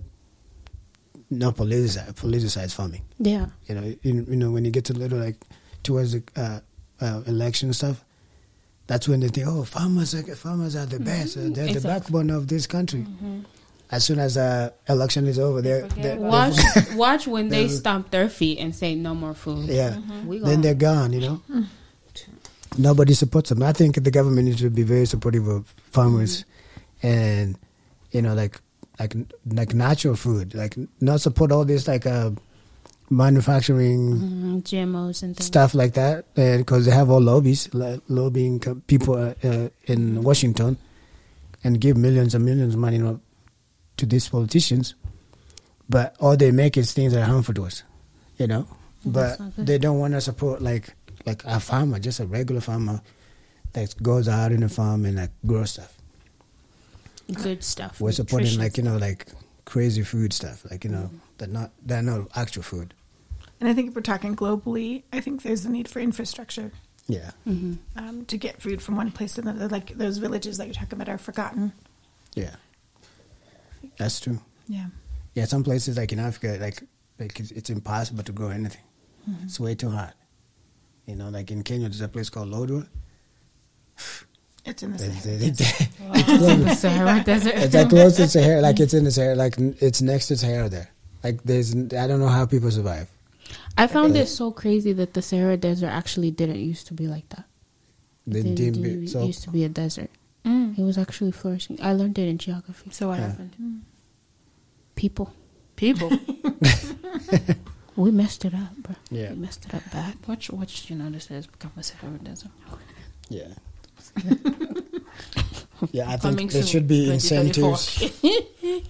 Speaker 3: not politicize, politicize farming.
Speaker 6: Yeah,
Speaker 3: you know, you, you know, when you get to little like towards the uh, uh, election stuff, that's when they think, oh, farmers are farmers are the best. Uh, they're the
Speaker 6: Exactly.
Speaker 3: backbone of this country. As soon as uh, election is over, they're, they're,
Speaker 6: watch
Speaker 3: they're-
Speaker 6: watch when they
Speaker 3: They'll-
Speaker 6: stomp their feet and say no more food.
Speaker 3: yeah.
Speaker 6: Mm-hmm. We
Speaker 3: Then
Speaker 6: gone. Mm.
Speaker 3: they're gone. You know, nobody supports them. I think the government needs to be very supportive of farmers,
Speaker 6: Mm-hmm.
Speaker 3: and you know, like like like natural food, like not support all this like uh, manufacturing
Speaker 6: Mhm, GMOs and things.
Speaker 3: stuff like that because they have all lobbies, like lobbying co- people uh, uh, in Washington, and give millions and millions of money you know, to these politicians. But all they make is things that are harmful to us, you know.
Speaker 6: That's
Speaker 3: But
Speaker 6: not good.
Speaker 3: they don't want to support like like a farmer, just a regular farmer that goes out in the farm and like grows stuff.
Speaker 6: Good stuff.
Speaker 3: We're supporting
Speaker 6: nutrition.
Speaker 3: like you know like crazy food stuff, like you know
Speaker 6: Mm-hmm.
Speaker 3: that not that not actual food.
Speaker 7: And I think if we're talking globally, I think there's the need for infrastructure
Speaker 3: Yeah,
Speaker 6: Mm-hmm.
Speaker 7: um, to get food from one place to another. Like those villages that you're talking about are forgotten.
Speaker 3: yeah, that's true.
Speaker 7: Yeah.
Speaker 3: Yeah, some places like in Africa, like like it's, it's impossible to grow anything. It's way too hard. You know, like in Kenya, there's a place called Lodwar.
Speaker 7: It's in the
Speaker 3: They-
Speaker 7: same.
Speaker 3: they- they- they-
Speaker 6: The Sahara Desert.
Speaker 3: It's like close to Sahara, like it's in the Sahara, like n- it's next to Sahara there. Like there's, n- I don't know how people survive.
Speaker 6: I found it so crazy that the Sahara Desert actually didn't used to be like that.
Speaker 3: They
Speaker 6: It
Speaker 3: didn't be-
Speaker 6: u-
Speaker 3: so
Speaker 6: used to be a desert. It was actually flourishing. I learned it in geography.
Speaker 5: So what happened?
Speaker 6: People,
Speaker 5: People.
Speaker 6: we messed it up, bro.
Speaker 3: Yeah.
Speaker 6: we messed it up bad.
Speaker 5: Watch, watch. You know, this has become a Sahara Desert.
Speaker 3: yeah, yeah. I
Speaker 5: Coming
Speaker 3: think there
Speaker 5: soon,
Speaker 3: should be
Speaker 5: 2024.
Speaker 3: incentives.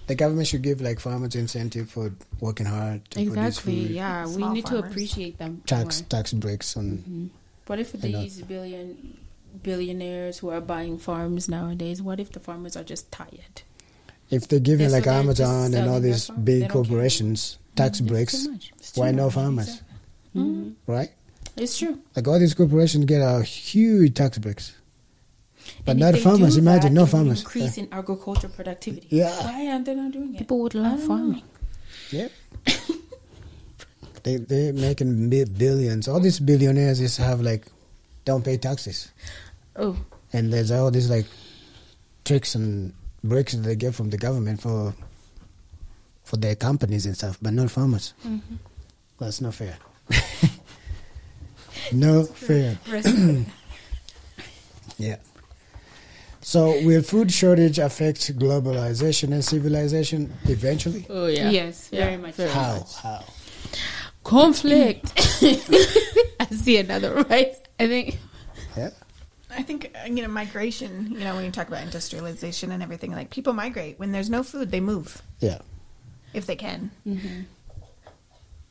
Speaker 3: the government should give like farmers incentive for working hard to produce
Speaker 6: Exactly.
Speaker 3: food.
Speaker 6: Yeah, we
Speaker 7: Small
Speaker 6: need to
Speaker 7: farmers.
Speaker 6: appreciate them.
Speaker 3: Tax
Speaker 6: more.
Speaker 3: tax breaks on
Speaker 5: What if these billion billionaires who are buying farms nowadays? What if the farmers are just tired?
Speaker 3: if they're giving
Speaker 5: Yeah, so
Speaker 3: like
Speaker 5: they're just
Speaker 3: Amazon and all
Speaker 5: selling their
Speaker 3: these
Speaker 5: farm. They
Speaker 3: big
Speaker 5: don't care.
Speaker 3: corporations tax breaks, why no farmers?
Speaker 5: Mm-hmm.
Speaker 3: Right?
Speaker 5: It's true.
Speaker 3: Like all these corporations get a huge tax breaks, but
Speaker 5: And if
Speaker 3: not
Speaker 5: they
Speaker 3: farmers.
Speaker 5: do
Speaker 3: Imagine
Speaker 5: that,
Speaker 3: no
Speaker 5: it would
Speaker 3: farmers.
Speaker 5: Increase in agricultural productivity.
Speaker 3: Yeah.
Speaker 5: Why aren't they not doing it?
Speaker 6: People would love farming.
Speaker 3: Yeah. they they're making bi- billions. All these billionaires just have like don't pay taxes,
Speaker 5: Oh,
Speaker 3: and there's all these like tricks and breaks that they get from the government for for their companies and stuff, but not farmers. That's not fair. no fair. yeah. So will food shortage affect globalization and civilization eventually?
Speaker 5: oh yeah.
Speaker 6: Yes, very much.
Speaker 3: How? How?
Speaker 6: Conflict. I see another right. I think
Speaker 3: Yeah.
Speaker 7: I think uh, you know migration. You know when you talk about industrialization and everything, like people migrate when there's no food, they move
Speaker 3: Yeah.
Speaker 7: if they can.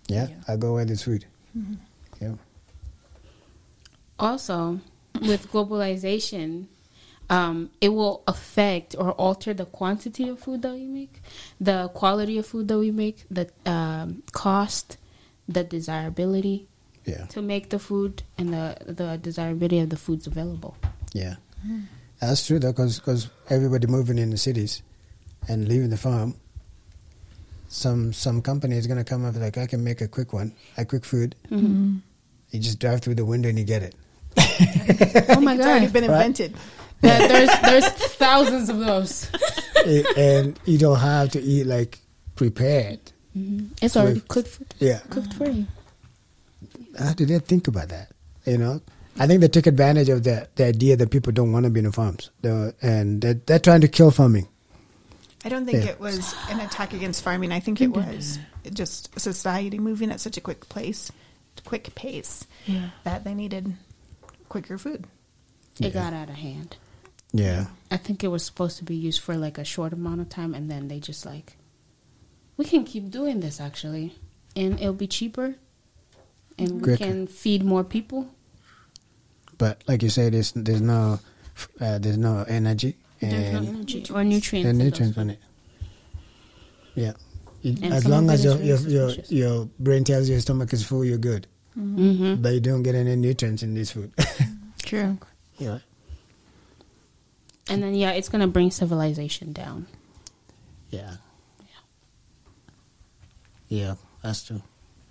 Speaker 3: Yeah, I go where there's food. Yeah.
Speaker 6: also with globalization um, it will affect or alter the quantity of food that we make the quality of food that we make the um, cost the desirability
Speaker 3: Yeah.
Speaker 6: to make the food and the, the desirability of the foods available
Speaker 3: Yeah. That's true though, because everybody moving in the cities and leaving the farm. Some some company is gonna come up like I can make a quick one, a quick food.
Speaker 6: Mm-hmm.
Speaker 3: You just drive through the window and you get it.
Speaker 6: oh my
Speaker 7: It's already
Speaker 6: god
Speaker 7: been invented.
Speaker 6: There- there's, there's thousands of those
Speaker 3: I- and you don't have to eat like prepared.
Speaker 6: Mm-hmm. it's already cooked food
Speaker 3: Yeah.
Speaker 6: cooked for you
Speaker 3: How did they think about that? You know, I think they took advantage of the the idea that people don't want to be in the farms, They- and they're, they're trying to kill farming.
Speaker 7: I don't think
Speaker 3: Yeah.
Speaker 7: it was an attack against farming. I think it was just society moving at such a quick place, quick pace,
Speaker 5: Yeah.
Speaker 7: that they needed quicker food.
Speaker 6: it got out of hand
Speaker 3: Yeah.
Speaker 6: I think it was supposed to be used for like a short amount of time, and then they just like, we can keep doing this actually, and it'll be cheaper, and
Speaker 3: Quicker.
Speaker 6: we can feed more people.
Speaker 3: but like you say, there's there's no uh, there's no energy
Speaker 6: There's no
Speaker 3: and
Speaker 6: energy or nutrients.
Speaker 3: and
Speaker 6: in
Speaker 3: nutrients
Speaker 6: those
Speaker 3: on it. Yeah, You-
Speaker 6: And
Speaker 3: as
Speaker 6: some
Speaker 3: long
Speaker 6: of
Speaker 3: as
Speaker 6: it is
Speaker 3: your your,
Speaker 6: very
Speaker 3: your
Speaker 6: suspicious.
Speaker 3: your brain tells you your stomach is full, you're good.
Speaker 6: food. Mhm.
Speaker 3: But you don't get any nutrients in this food.
Speaker 6: True.
Speaker 3: yeah,
Speaker 6: And then yeah, it's gonna bring civilization down.
Speaker 3: yeah, yeah. That's true.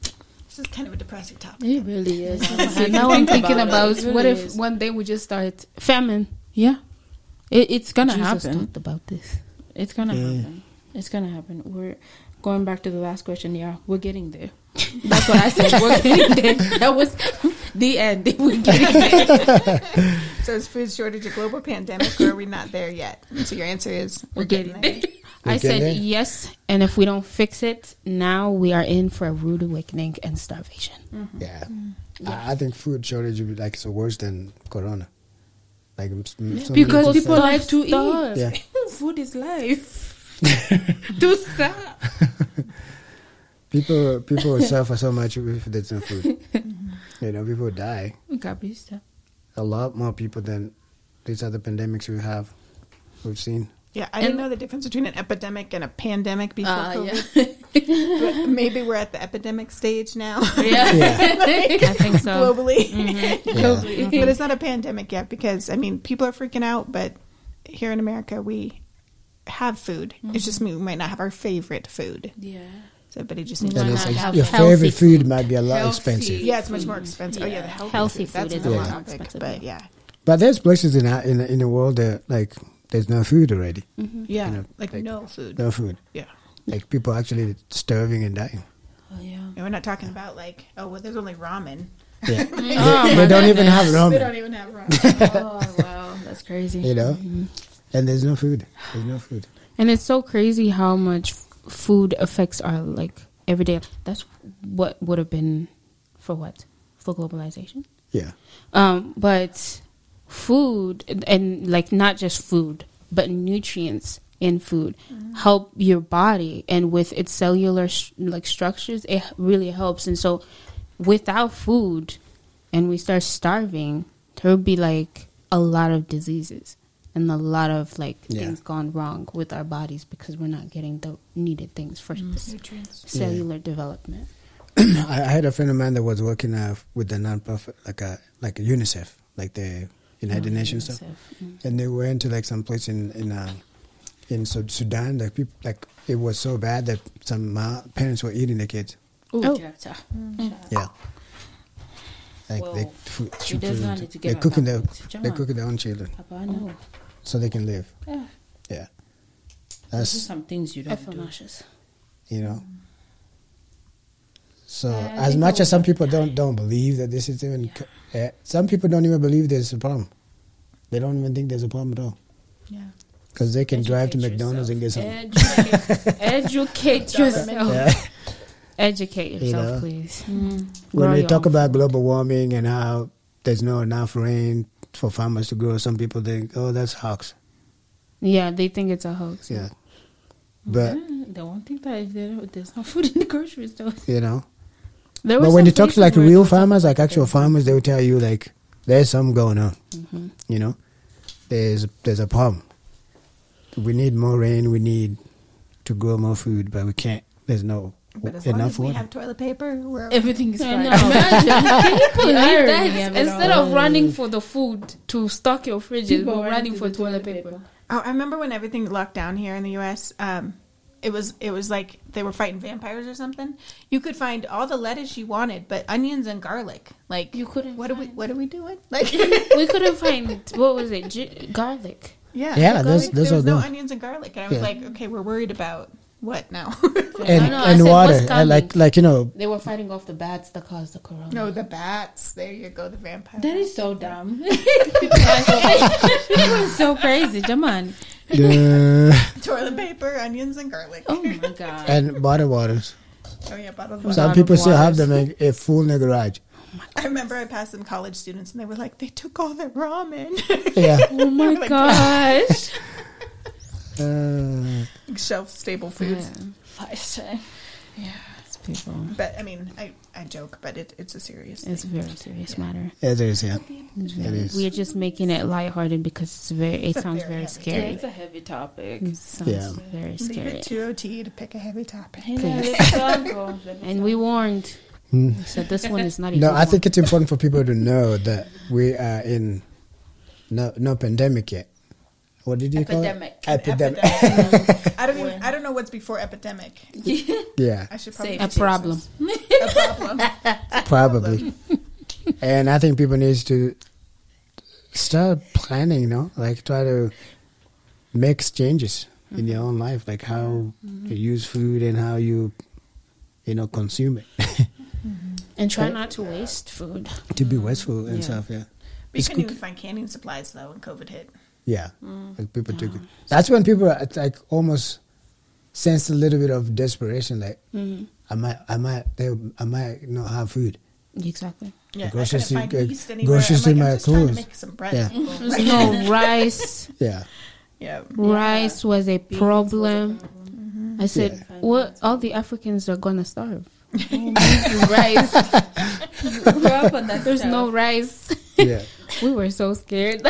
Speaker 7: This is kind of a depressing topic.
Speaker 5: It really is.
Speaker 6: And now I'm thinking about what if one day we just start famine.
Speaker 5: Yeah. It, it's gonna
Speaker 6: Jesus
Speaker 5: happen.
Speaker 6: talked about this.
Speaker 5: It's gonna
Speaker 3: Yeah.
Speaker 5: happen. It's gonna happen. We're going back to the last question. Yeah, we're getting there. That's what I said. We're getting there. That was the end. We're getting there.
Speaker 7: So is food shortage a global pandemic, or are we not there yet? And so your answer is we're,
Speaker 5: We're
Speaker 7: getting,
Speaker 5: getting
Speaker 7: there.
Speaker 6: I said
Speaker 3: Awakening?
Speaker 6: yes, and if we don't fix it now, we are in for a rude awakening and starvation.
Speaker 3: Yeah.
Speaker 6: Mm-hmm.
Speaker 3: I, I think food shortage would be like so worse than corona. Like m- some
Speaker 4: Because people
Speaker 3: said-
Speaker 4: like to eat.
Speaker 3: Yeah.
Speaker 7: Food is life.
Speaker 4: Do that.
Speaker 3: people people will suffer so much if there's no food. you know, people die
Speaker 6: Cabrista.
Speaker 3: a lot more people than these other pandemics we have we've seen.
Speaker 7: Yeah, I didn't know the difference between an epidemic and a pandemic before
Speaker 6: Uh,
Speaker 7: COVID. but maybe we're at the epidemic stage now.
Speaker 3: Yeah.
Speaker 6: I think so. Mm-hmm.
Speaker 7: globally.
Speaker 3: Yeah.
Speaker 7: but it's not a pandemic yet because I mean people are freaking out, but here in America we have food.
Speaker 6: Mm-hmm.
Speaker 7: It's just we might not have our favorite food.
Speaker 4: Yeah.
Speaker 7: So everybody just needs
Speaker 3: And
Speaker 7: to
Speaker 3: it's
Speaker 7: not
Speaker 3: like
Speaker 7: have
Speaker 3: your
Speaker 7: it.
Speaker 6: healthy
Speaker 3: favorite food might be a lot
Speaker 4: Healthy.
Speaker 3: expensive.
Speaker 7: Yeah, it's much more expensive. Oh yeah, the healthy,
Speaker 6: Healthy
Speaker 7: food. That's
Speaker 6: food is
Speaker 7: another
Speaker 6: a lot
Speaker 7: topic,
Speaker 6: expensive,
Speaker 7: But yeah.
Speaker 3: But there's places in our- in in the world that like there's no food already.
Speaker 7: Yeah.
Speaker 3: You know,
Speaker 7: like,
Speaker 3: like-
Speaker 7: no food.
Speaker 3: No food.
Speaker 7: Yeah.
Speaker 3: Like people actually starving and dying.
Speaker 7: And we're not talking about like, oh well there's only ramen.
Speaker 3: Yeah. they, they don't even have
Speaker 7: They
Speaker 3: ramen.
Speaker 7: don't even have ramen.
Speaker 6: Oh wow, that's crazy.
Speaker 3: You know, and there's no food. There's no food.
Speaker 6: And it's so crazy how much f- food affects our like everyday. That's what would have been for what for globalization.
Speaker 3: Yeah.
Speaker 6: Um, but food and, and like not just food, but nutrients in food
Speaker 4: Mm-hmm.
Speaker 6: help your body, and with its cellular sh- like structures, it really helps. And so, without food, and we start starving, there would be like a lot of diseases and a lot of like
Speaker 3: Yeah.
Speaker 6: things gone wrong with our bodies because we're not getting the needed things for
Speaker 4: Mm-hmm.
Speaker 6: s- cellular development.
Speaker 3: I, I had a friend of mine that was working uh, with the nonprofit, like a like a UNICEF, like the
Speaker 4: Oh,
Speaker 3: United Nations stuff.
Speaker 4: mm.
Speaker 3: And they went to like some place in in uh, in Sud- Sudan. Like people, like it was so bad that some ma- parents were eating the kids.
Speaker 4: Oh.
Speaker 3: Yeah. Like they,
Speaker 4: Well,
Speaker 3: food,
Speaker 4: she does not need to get
Speaker 3: they're
Speaker 4: on
Speaker 3: cooking
Speaker 4: that
Speaker 3: their
Speaker 4: route. Come
Speaker 3: they're
Speaker 4: on.
Speaker 3: cooking their own children
Speaker 4: Papa, no.
Speaker 6: Oh.
Speaker 3: so they can live.
Speaker 6: Yeah.
Speaker 3: Yeah.
Speaker 4: Those are
Speaker 3: That's
Speaker 4: some things you
Speaker 6: I
Speaker 4: don't
Speaker 6: feel
Speaker 4: do.
Speaker 6: nauseous.
Speaker 3: you know. So
Speaker 6: I
Speaker 3: as
Speaker 6: think
Speaker 3: much
Speaker 6: I
Speaker 3: as some
Speaker 6: would-
Speaker 3: people don't don't believe that this is even, co- eh, some people don't even believe there's a problem. They don't even think there's a problem at all.
Speaker 7: Yeah.
Speaker 3: Because they can drive to
Speaker 6: Educate Eh,
Speaker 3: McDonald's and get something.
Speaker 6: Educate, educate yourself.
Speaker 3: Yeah.
Speaker 6: Educate
Speaker 3: You
Speaker 6: yourself,
Speaker 3: know?
Speaker 6: please.
Speaker 3: when
Speaker 6: Grow
Speaker 3: they
Speaker 6: your
Speaker 3: talk
Speaker 6: own
Speaker 3: about global warming and how there's no enough rain for farmers to grow, some people think, oh, that's hoax.
Speaker 6: Yeah, they think it's a hoax.
Speaker 3: Yeah. But
Speaker 6: Mm-hmm.
Speaker 4: Mm, They won't think that if they don't, there's no food in the grocery store.
Speaker 3: you know,
Speaker 6: There
Speaker 3: but
Speaker 6: were
Speaker 3: when
Speaker 6: some
Speaker 3: you talk
Speaker 6: places
Speaker 3: to like
Speaker 6: where
Speaker 3: real
Speaker 6: they talk
Speaker 3: farmers, like
Speaker 6: about
Speaker 3: actual
Speaker 6: this.
Speaker 3: farmers, they will tell you like there's something going on. You know, there's there's a problem. We need more rain. We need to grow more food, but we can't. There's no
Speaker 7: But as long
Speaker 3: enough
Speaker 7: as we
Speaker 3: water.
Speaker 7: have toilet paper, we're
Speaker 4: Everything is
Speaker 6: I
Speaker 4: fine.
Speaker 6: know. Can you believe
Speaker 4: irony
Speaker 6: that?
Speaker 4: of it
Speaker 6: Instead
Speaker 4: all.
Speaker 6: of running for the food to stock your fridges,
Speaker 4: People
Speaker 6: we're
Speaker 4: run
Speaker 6: running
Speaker 4: to
Speaker 6: for
Speaker 4: the
Speaker 6: toilet paper.
Speaker 7: Oh, I remember when everything locked down here in the U.S. Um, it was it was like they were fighting vampires or something. You could find all the lettuce you wanted, but onions and garlic, like
Speaker 6: You couldn't
Speaker 7: What are we
Speaker 6: find-
Speaker 7: What are we doing? Like,
Speaker 6: we couldn't find what was it? G- garlic.
Speaker 7: yeah,
Speaker 3: Yeah, those-
Speaker 7: garlic.
Speaker 3: those
Speaker 7: there was
Speaker 3: are
Speaker 7: no
Speaker 3: gone.
Speaker 7: onions and garlic, and I was
Speaker 3: Yeah.
Speaker 7: like, okay, we're worried about what now?
Speaker 3: and
Speaker 6: No, no, I
Speaker 3: and
Speaker 6: said,
Speaker 3: water,
Speaker 6: what's
Speaker 3: and like
Speaker 6: coming?
Speaker 3: like you know,
Speaker 6: They were fighting off the bats that caused the corona.
Speaker 7: no, the bats. There you go, the vampire.
Speaker 4: That is so dumb. People are so crazy, Jaman.
Speaker 3: the,
Speaker 7: toilet paper, onions and garlic.
Speaker 4: Oh my god.
Speaker 3: uh, and bottled waters.
Speaker 7: Oh, yeah, bottled water.
Speaker 3: Some
Speaker 6: Bottled
Speaker 3: people still have
Speaker 6: waters.
Speaker 3: them in a full in the garage.
Speaker 7: I remember I passed some college students, and they were like, they took all their ramen.
Speaker 3: Yeah,
Speaker 6: Oh my
Speaker 7: Like,
Speaker 6: gosh.
Speaker 3: uh,
Speaker 7: shelf stable foods.
Speaker 6: It's people.
Speaker 7: But I mean, I, I joke, but it, it's a serious
Speaker 6: It's a
Speaker 7: thing.
Speaker 6: very serious matter.
Speaker 3: it is. Yeah, it is.
Speaker 6: We are just making it lighthearted because it's very. It
Speaker 7: a
Speaker 6: sounds
Speaker 7: very
Speaker 6: very
Speaker 7: heavy
Speaker 4: Yeah,
Speaker 6: scary.
Speaker 4: it's a heavy topic.
Speaker 5: Mm.
Speaker 6: It sounds
Speaker 3: Yeah.
Speaker 6: very
Speaker 7: Leave
Speaker 6: scary.
Speaker 7: it to OT to pick a heavy topic.
Speaker 6: And we warned. So this one is not. a
Speaker 3: Mm. No,
Speaker 6: good
Speaker 3: I think
Speaker 6: one.
Speaker 3: it's important for people to know that we are in no no pandemic yet. What did you
Speaker 4: Epidemic.
Speaker 3: call it? Epidemic.
Speaker 7: I don't even, I don't know what's before epidemic.
Speaker 3: yeah,
Speaker 7: I should probably
Speaker 6: a problem.
Speaker 7: a problem.
Speaker 3: probably. and I think people needs to start planning. You know, like try to make changes in your own life, like how you use food and how you you know consume it
Speaker 6: And try not to waste food.
Speaker 3: to be wasteful and stuff. Yeah.
Speaker 7: We couldn't even find canning supplies though when COVID hit.
Speaker 3: Yeah, like people took it. That's when people are, it's like almost sense a little bit of desperation, like
Speaker 6: Mhm.
Speaker 3: I might, I might, they, I might not have food.
Speaker 6: Exactly.
Speaker 7: Yeah, I
Speaker 3: groceries
Speaker 7: couldn't find
Speaker 3: you-
Speaker 7: yeast anywhere.
Speaker 3: groceries
Speaker 7: I'm
Speaker 3: in
Speaker 7: like,
Speaker 3: my
Speaker 7: I'm just trying to
Speaker 3: clothes.
Speaker 7: make some bread.
Speaker 3: Yeah,
Speaker 7: People-
Speaker 6: There's no rice.
Speaker 3: yeah.
Speaker 7: Yeah.
Speaker 6: Rice was a problem. I said,
Speaker 3: Yeah.
Speaker 6: "What? All the Africans are gonna starve. rice. There's no rice.
Speaker 3: yeah.
Speaker 6: We were so scared.
Speaker 5: It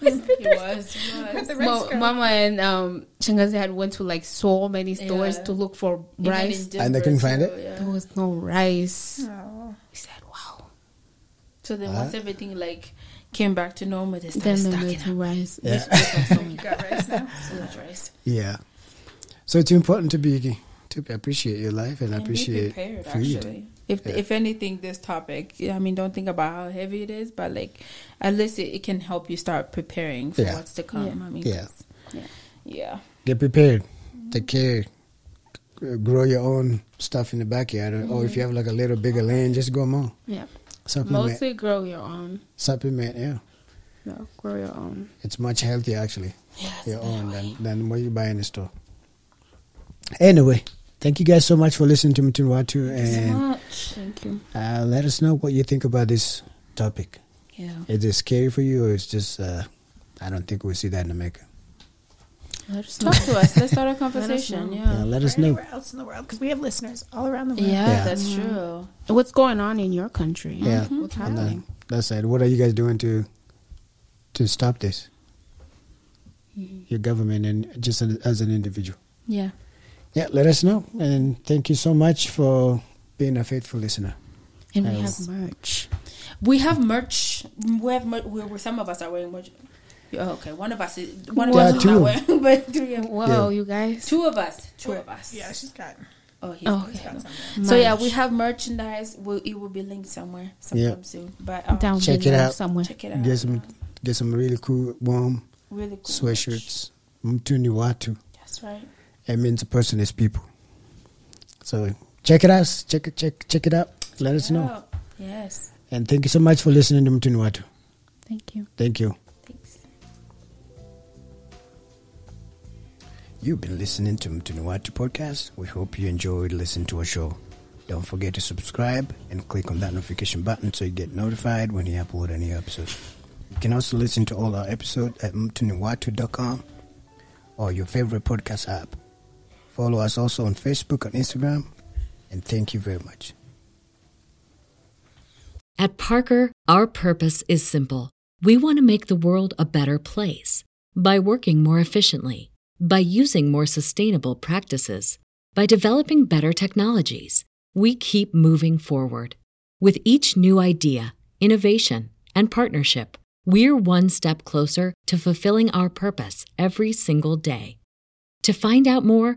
Speaker 5: was. it was.
Speaker 6: Mo- Mama and um, Shangazi had went to like so many stores
Speaker 5: Yeah.
Speaker 6: to look for
Speaker 5: Even in
Speaker 6: rice.
Speaker 5: Denver,
Speaker 3: And they couldn't find it?
Speaker 5: too, yeah.
Speaker 6: There was no rice.
Speaker 7: Oh.
Speaker 6: We said, "Wow."
Speaker 5: So then, once everything like came back to normal, they started
Speaker 6: Then they
Speaker 5: stocking
Speaker 6: went
Speaker 5: up.
Speaker 6: to rice.
Speaker 3: Yeah.
Speaker 7: You got rice now?
Speaker 5: So much rice.
Speaker 3: Yeah. So it's important to be to appreciate your life and,
Speaker 5: And be
Speaker 3: appreciate
Speaker 5: prepared,
Speaker 3: food.
Speaker 5: actually. If
Speaker 3: Yeah.
Speaker 5: if anything, this topic, I mean, don't think about how heavy it is, but like at least it, it can help you start preparing for
Speaker 3: Yeah.
Speaker 5: what's to come.
Speaker 6: Yeah.
Speaker 5: I mean,
Speaker 3: Yeah. Mm-hmm.
Speaker 5: 'cause- yeah,
Speaker 3: Get prepared. Take care. Uh, Grow your own stuff in the backyard, or- or if you have like a little bigger land, just go more.
Speaker 6: Yeah.
Speaker 3: Supplement,
Speaker 6: Mostly grow your own.
Speaker 3: supplement. Yeah,
Speaker 6: No, grow your own.
Speaker 3: it's much healthier actually. your own than, than what you buy in the store. Anyway, thank you guys so much for listening to Mutinwatu, and
Speaker 6: Thank you.
Speaker 3: uh, let us know what you think about this topic.
Speaker 5: yeah.
Speaker 3: Is it scary for you, or it's just uh, I don't think we see that in America.
Speaker 6: Let us know.
Speaker 5: Talk to us. Let's start a conversation.
Speaker 6: know.
Speaker 3: Yeah,
Speaker 5: Yeah,
Speaker 3: let us
Speaker 7: Or
Speaker 3: know.
Speaker 7: anywhere else in the world because we have listeners all around the world.
Speaker 5: yeah, that's true.
Speaker 6: What's going on in your country?
Speaker 3: Yeah,
Speaker 6: Mm-hmm. What's
Speaker 3: and, uh,
Speaker 6: happening?
Speaker 3: that's it. What are you guys doing to to stop this?
Speaker 6: Mm-hmm.
Speaker 3: Your government and just as, as an individual.
Speaker 5: Yeah.
Speaker 3: Yeah, let us know, and thank you so much for being a faithful listener.
Speaker 6: And we
Speaker 3: Yes.
Speaker 6: have merch.
Speaker 5: We have merch. We have mer- we, we, some of us are wearing merch. Yeah, Okay, one of us is one of
Speaker 3: Yeah,
Speaker 5: us is
Speaker 3: two.
Speaker 5: not wearing, but three of,
Speaker 6: Wow, you guys.
Speaker 5: two of us, two of us.
Speaker 7: Yeah, she's got.
Speaker 5: Oh, he's
Speaker 6: Oh,
Speaker 5: he's
Speaker 6: okay.
Speaker 5: got some. So yeah, we
Speaker 6: Merch.
Speaker 5: have merchandise. We'll, it will be linked somewhere sometime
Speaker 3: Yeah.
Speaker 5: soon. But um,
Speaker 6: down
Speaker 3: Check it
Speaker 6: below
Speaker 3: out.
Speaker 6: somewhere.
Speaker 5: check it out.
Speaker 3: Get some, get some really cool, warm
Speaker 5: really cool
Speaker 3: sweatshirts. Mtuniwatu.
Speaker 5: merch. That's right.
Speaker 3: It means a person is people. So check it out. Check it. Check check it out. Let us know.
Speaker 5: Oh, yes.
Speaker 3: And thank you so much for listening to Mtuniwatu.
Speaker 6: Thank you.
Speaker 3: Thank you.
Speaker 5: Thanks.
Speaker 3: You've been listening to Mtuniwatu podcast. We hope you enjoyed listening to our show. Don't forget to subscribe and click on that notification button so you get notified when we upload a new episode. You can also listen to all our episodes at mtuniwatu.com or your favorite podcast app. Follow us also on Facebook and Instagram. And thank you very much.
Speaker 2: At Parker, our purpose is simple. We want to make the world a better place by working more efficiently, by using more sustainable practices, by developing better technologies. We keep moving forward. With each new idea, innovation, and partnership, we're one step closer to fulfilling our purpose every single day. To find out more,